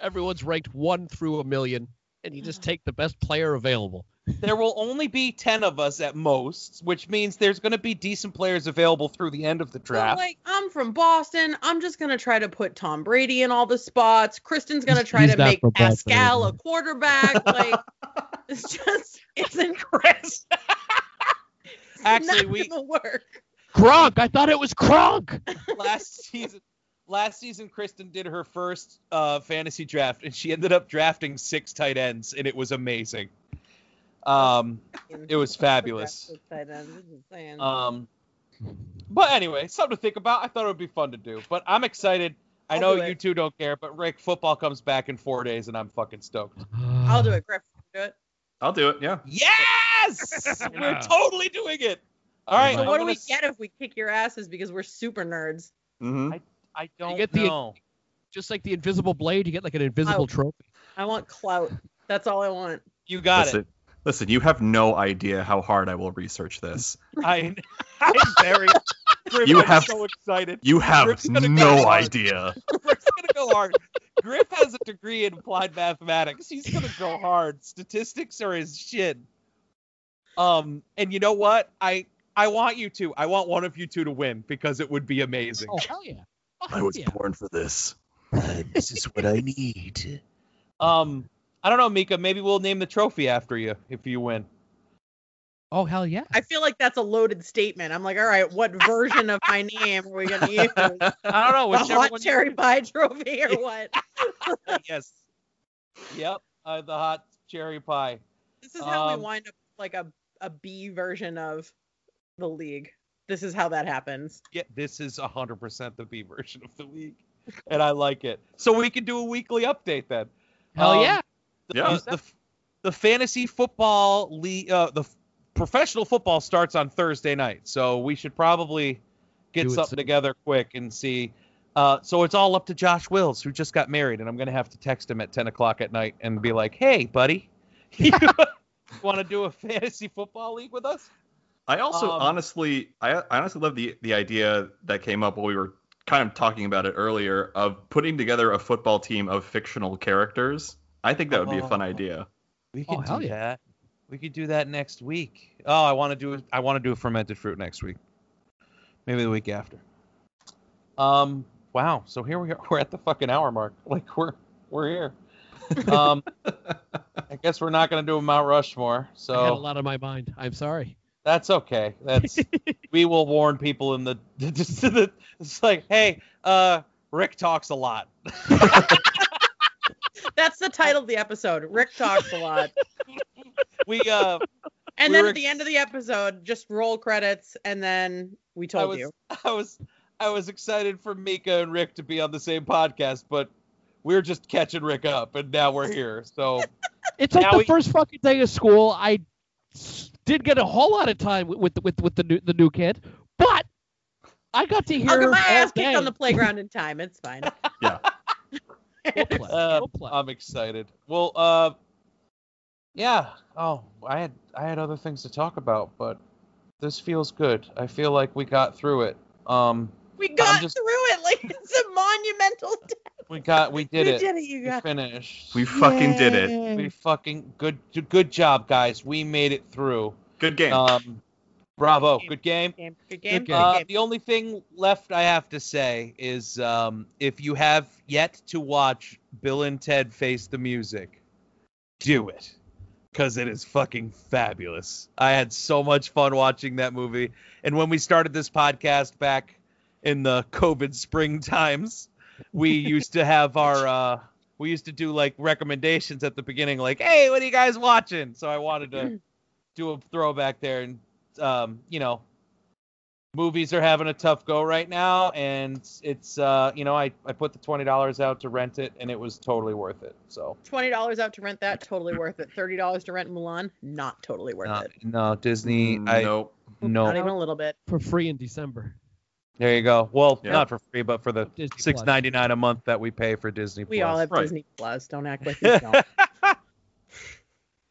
C: Everyone's ranked one through a million, and you just take the best player available.
B: There will only be 10 of us at most, which means there's going to be decent players available through the end of the
D: So,
B: draft.
D: like, I'm from Boston. I'm just gonna try to put Tom Brady in all the spots. Kristen's gonna
C: He's-
D: try
C: he's
D: to
C: not
D: make
C: from Boston
D: Pascal a
C: anymore.
D: quarterback. Like, it's just it's
B: Chris.
D: it's
B: Actually,
D: not
B: we-
D: gonna work.
C: Gronk! I thought it was Gronk!
B: last season, last season, Kristen did her first uh, fantasy draft, and she ended up drafting six tight ends, and it was amazing. Um, it was fabulous.
D: Tight end, I'm just saying.
B: Um, but anyway, something to think about. I thought it would be fun to do, but I'm excited. I
D: I'll
B: know
D: do it.
B: you two don't care, but Rick, football comes back in four days, and I'm fucking stoked.
D: I'll do it, Griff. Do it.
A: I'll do it. Yeah.
B: Yes, we're
C: Yeah.
B: totally doing it. All right,
C: So
D: So
B: I'm
D: what do
B: gonna
D: we
B: s-
D: get if we kick your asses because we're super nerds?
A: Mm-hmm.
B: I don't
C: get the-
B: know.
C: Just like the invisible blade, you get like an invisible
D: Oh.
C: trophy.
D: I want clout. That's all I want.
B: You got it.
A: listen, listen, you have no idea how hard I will research this.
B: I, I'm very. Griff,
A: You
B: I'm
A: have-
B: so excited.
A: You have
B: Rick's gonna go
A: no
B: hard.
A: idea.
B: Griff's gonna go hard. Griff has a degree in applied mathematics. He's gonna go hard. Statistics are his shit. Um, and you know what? I I want you to. I want one of you two to win because it would be amazing.
C: Oh, hell yeah. Fuck
E: I was
C: yeah.
E: born for this. this is what I need.
B: Um, I don't know, Mika. Maybe we'll name the trophy after you if you win.
C: Oh, hell yeah.
D: I feel like that's a loaded statement. I'm like, all right, what version of my name are we gonna use? The
B: I don't know. Whichever
D: hot
B: one.
D: cherry pie trophy or what?
B: Yes. Yep. Uh, the hot cherry pie.
D: This is how
B: Um,
D: we wind up with, like a a B version of the league. This is how that happens.
B: Yeah, this is 100% the B version of the league, and I like it. So we can do a weekly update then.
C: Hell
B: Um,
C: yeah.
B: The,
A: Yeah.
B: The, the fantasy football league, uh, the f- professional football starts on Thursday night, so we should probably get
C: Do it
B: something
C: soon.
B: together quick and see. Uh, so it's all up to Josh Wills, who just got married, and I'm gonna have to text him at 10 o'clock at night and be like, "Hey, buddy, you want to do a fantasy football league with us?"
A: I also
B: Um,
A: honestly, I, I honestly love the the idea that came up while we were kind of talking about it earlier of putting together a football team of fictional characters. I think that would be a fun
B: Oh.
A: idea.
B: We
C: Oh,
B: could
C: hell
B: do
C: yeah.
B: that. We could do that next week. Oh, I want to do I want to do a fermented fruit next week. Maybe the week after. Um. Wow. So here we are. We're at the fucking hour mark. Like we're we're here. Um. I guess we're not gonna do a Mount Rushmore.
C: I had a
B: So
C: lot on my mind. I'm sorry.
B: that's okay. That's we will warn people in the just to the it's like hey uh Rick talks a lot.
D: That's the title of the episode. Rick talks a lot.
B: We uh
D: And
B: We
D: then
B: were
D: at the end of the episode, just roll credits and then
B: I
D: we told
B: was,
D: you.
B: I was, I was excited for Mika and Rick to be on the same podcast, but we're just catching Rick up, and now we're here. So
C: It's like
F: Now
C: the
F: we-
C: first fucking day of school. I s- did get a whole lot of time with with with, with the new the new kid, but I got to hear
D: I'll get
C: him
D: Oh, my
C: all
D: ass
C: day.
D: kicked on the playground in time. It's fine.
C: We'll play.
B: Uh,
C: We'll play.
B: I'm excited. Well, uh, yeah. Oh, I had I had other things to talk about, but this feels good. I feel like we got through it. Um,
D: We got
B: just-
D: through it like it's a monumental. Did
B: we got we did
D: we
B: it.
D: did it, you
B: We
D: guys.
B: finished.
A: We fucking did it.
B: we fucking good good job, guys. We made it through.
A: Good game.
B: Um, bravo.
D: Game.
B: Good game.
D: Game. Good game.
C: game.
B: Uh,
D: Good game.
B: the only thing left I have to say is um, if you have yet to watch Bill and Ted Face the Music, do it. Because it is fucking fabulous. I had so much fun watching that movie. And when we started this podcast back in the COVID spring times, we used to have our. Uh, we used to do like recommendations at the beginning, like, "Hey, what are you guys watching?" So I wanted to do a throwback there, and um, you know, movies are having a tough go right now and it's uh you know i i put the $20 out to rent it and it was totally worth it so
D: Twenty dollars out to rent that, totally worth it. Thirty dollars to rent Mulan, not totally worth
B: no,
D: it.
B: no disney i
A: Mm, nope.
D: Not
B: no
D: even a little bit.
C: for free in December.
B: there you go well
A: Yeah.
B: not for free but for the
C: Disney Plus.
B: 6.99 a month that we pay for disney
D: We
B: Plus.
D: all have
A: Right.
D: Disney Plus. Don't act like we don't.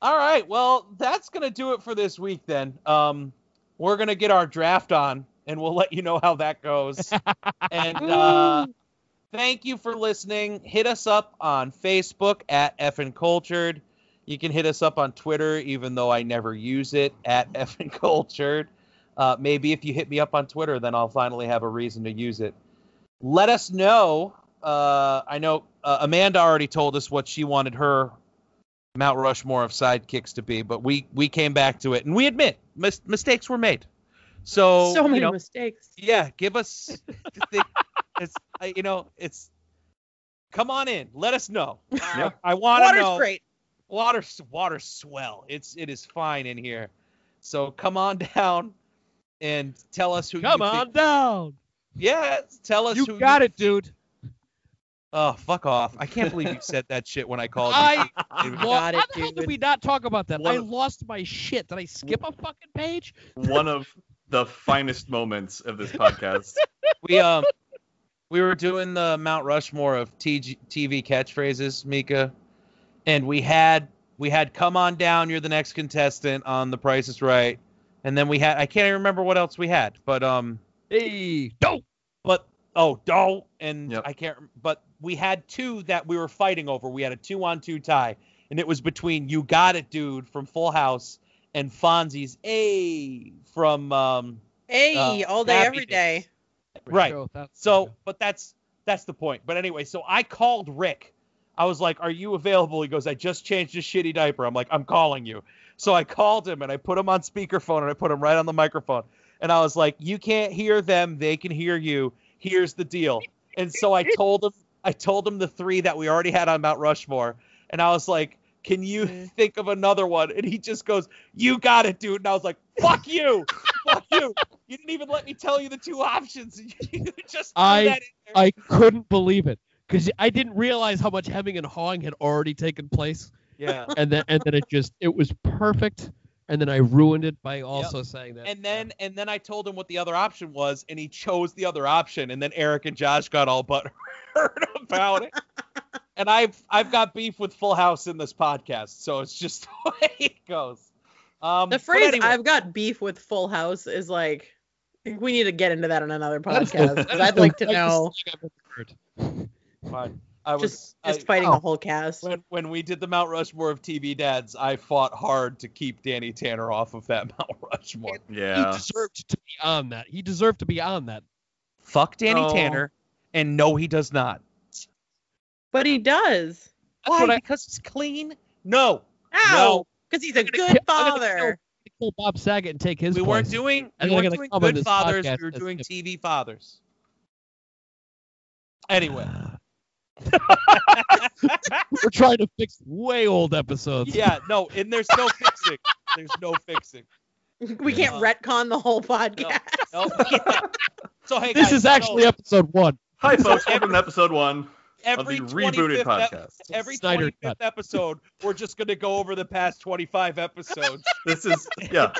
B: all right well that's gonna do it for this week then um we're gonna get our draft on and we'll let you know how that goes and uh thank you for listening. Hit us up on Facebook at Effin Cultured. You can hit us up on Twitter, even though I never use it, at Effin Cultured. Uh, maybe if you hit me up on Twitter, then I'll finally have a reason to use it. Let us know. Uh, I know uh, Amanda already told us what she wanted her Mount Rushmore of sidekicks to be, but we we came back to it and we admit mis- mistakes were made. So
D: so many
B: you know,
D: mistakes.
B: yeah give us the, it's I- you know it's come on in let us know
A: Yeah.
B: i want to
D: Water's
B: know
D: great.
B: water s- water swell it's it is fine in here so come on down and tell us who
C: Come
B: you
C: on
B: think,
C: down.
B: yeah tell us
C: You
B: who
C: got it, dude.
B: oh fuck off i can't believe you said that shit when i called
C: I
B: you
C: lo-
D: got it,
C: How the hell did
D: dude.
C: we not talk about that?
A: One
C: I
A: of-
C: lost my shit. Did I skip a fucking page?
A: One of the finest moments of this podcast.
B: we um we were doing the Mount Rushmore of TG, TV catchphrases, Mika, and we had we had come on down. You're the next contestant on The Price is Right, and then we had I can't even remember what else we had, but um
C: Hey, don't.
B: but oh doll and
A: Yep.
B: I can't rem- but we had two that we were fighting over. We had a two on two tie, and it was between you got it, dude, from Full House and Fonzie's A from um
D: Hey,
B: Uh,
D: all day,
B: happy
D: every
B: days.
D: day.
B: Right.
C: Show that-
B: So, but that's that's the point. But anyway, so I called Rick. I was like, "Are you available?" He goes, "I just changed his shitty diaper." I'm like, "I'm calling you." So I called him and I put him on speakerphone and I put him right on the microphone. And I was like, "You can't hear them; they can hear you. Here's the deal." And so I told him, I told him the three that we already had on Mount Rushmore, and I was like, "Can you
D: Mhm.
B: think of another one?" And he just goes, "You got it, dude." And I was like, "Fuck you, fuck you." You didn't even let me tell you the two options. You just threw
C: I-
B: that in there.
C: I couldn't believe it because I didn't realize how much hemming and hawing had already taken place,
B: yeah.
C: and then and then it just it was perfect, and then I ruined it by also saying that.
B: And then and then I told him what the other option was, and he chose the other option. And then Eric and Josh got all but hurt about it. and I've I've got beef with Full House in this podcast, so it's just the way it goes. Um,
D: The
B: but
D: phrase
B: anyway,
D: "I've got beef with Full House" is like, I think we need to get into that on another
C: That is the-
D: podcast.
C: that is
D: 'cause I'd
C: the
D: like to
C: nicest
D: know
C: thing I've ever heard.
B: I, I was
D: just
B: I- oh,
D: just fighting
C: wow.
D: the whole cast.
B: when when we did the Mount Rushmore of TV dads, I fought hard to keep Danny Tanner off of that Mount Rushmore.
A: Yeah.
C: He deserved to be on that. He deserved to be on that.
B: Fuck Danny
A: No.
B: Tanner, and no, he does not.
D: But he does.
C: That's what I-
B: because it's clean? No.
D: Ow! Because he's a
C: gonna
D: good
C: kill- I'm gonna
D: father.
C: Kill Bob Saget and take his
B: we
C: place.
B: weren't doing
C: I
B: we
C: think I'm
B: weren't
C: gonna
B: doing
C: come on
B: good
C: this
B: fathers,
C: podcast
B: we were
C: as
B: doing
C: if-
B: TV fathers.
C: Ah,
B: Anyway.
C: We're trying to fix way old episodes.
B: yeah, no, and there's no fixing. There's no fixing.
D: We can't
B: Uh,
D: retcon the whole podcast.
B: No. So hey
C: This
B: guys,
C: is actually
B: so,
C: episode one.
A: Hi, folks. Welcome to episode one.
B: every
A: of the rebooted
B: 25th ep-
A: podcast.
B: every
C: Snyder
B: 25th
C: cut.
B: episode, we're just going to go over the past 25 episodes.
A: This is yeah.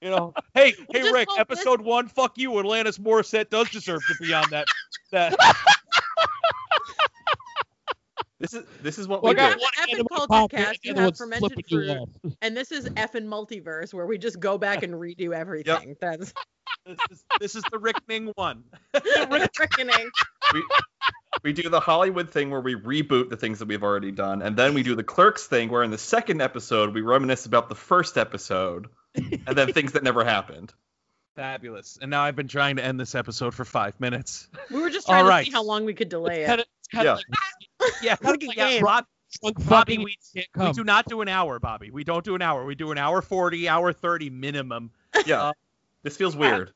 B: You know, hey, hey,
D: just
B: Rick,
D: won't listen.
B: episode one, fuck you. Atlantis Morissette does deserve to be on that. That
A: This is this is what
C: Well, I
A: we
C: got
A: do.
D: did.
C: one
D: Epic
C: animal
D: Culture
C: pop,
D: Cast,
C: the
D: you
C: other
D: have
C: one's
D: fermented
C: flipping you
D: fruit.
C: off.
D: And this is effing multiverse where we just go back and redo everything. That's
B: this is, this is the Rick Ning one.
D: reckoning.
A: We do the Hollywood thing where we reboot the things that we've already done, and then we do the Clerks thing where in the second episode we reminisce about the first episode, and then things that never happened.
B: Fabulous. And now I've been trying to end this episode for five minutes.
D: We were just
B: All
D: trying
B: right.
D: to see how long we could delay
C: Kinda-
D: it.
C: it's kinda
A: Yeah.
C: like
B: Yeah,
D: Look at
B: yeah
D: Gabe.
B: Rob,
C: drunk
B: Bobby,
C: fucking
B: we,
C: can't
B: we
C: come.
B: do not do an hour, Bobby. We don't do an hour. We do an hour 40, hour 30 minimum.
A: Yeah,
B: Uh,
A: this feels weird.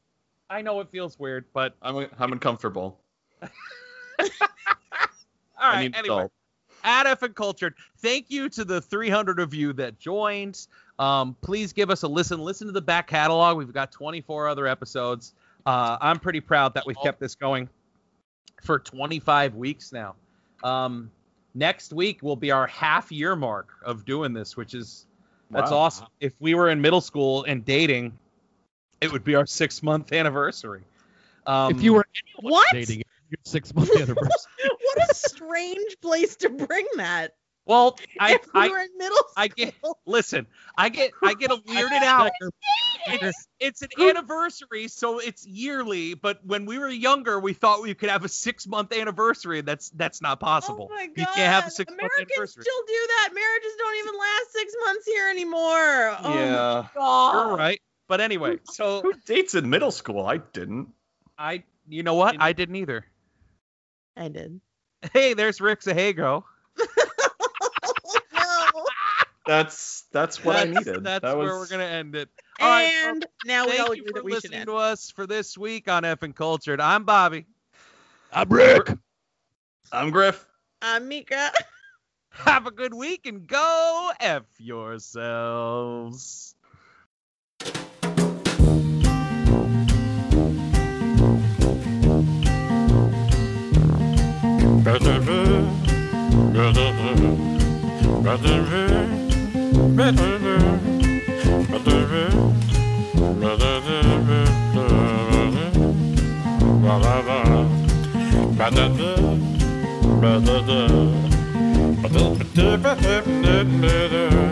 B: I know it feels weird, but
A: I'm I'm uncomfortable.
B: all
A: I
B: right.
A: need
B: Anyway,
A: help.
B: at F and Cultured. Thank you to the 300 of you that joined. Um, please give us a listen. Listen to the back catalog. We've got 24 other episodes. Uh, I'm pretty proud that we've kept this going for 25 weeks now. Um, next week will be our half year mark of doing this, which is that's
A: Wow.
B: awesome. If we were in middle school and dating, it would be our six month anniversary. Um,
C: if you were anyone
D: What?
C: dating your six month anniversary.
D: What a strange place to bring that.
B: well, I,
D: if we
B: I,
D: were in middle school.
B: I get listen. I get I get a weirded out. It's, it's an anniversary, so it's yearly. But when we were younger, we thought we could have a six month anniversary. That's that's not possible.
D: Oh my God.
B: You can't have a six month
D: Americans
B: anniversary.
D: still do that. Marriages don't even last six months here anymore. Oh my
A: yeah.
D: God.
B: You're right. But anyway, so
A: Um, Who dates in middle school? I didn't.
B: I you know what? I didn't either.
D: I did.
B: Hey, there's Rick Zahago.
D: Oh, no.
A: That's that's what I
B: That's-
A: needed.
B: That's
A: that was,
B: where we're gonna end it. All right, well,
D: and now we all
B: Thank you
D: agree
B: for
D: that we should
B: listening
D: end.
B: to us for this week on F and Cultured. I'm Bobby.
C: I'm Rick.
A: I'm Griff.
D: I'm Mika.
B: Have a good week and go F yourselves.
F: Ba-da-da.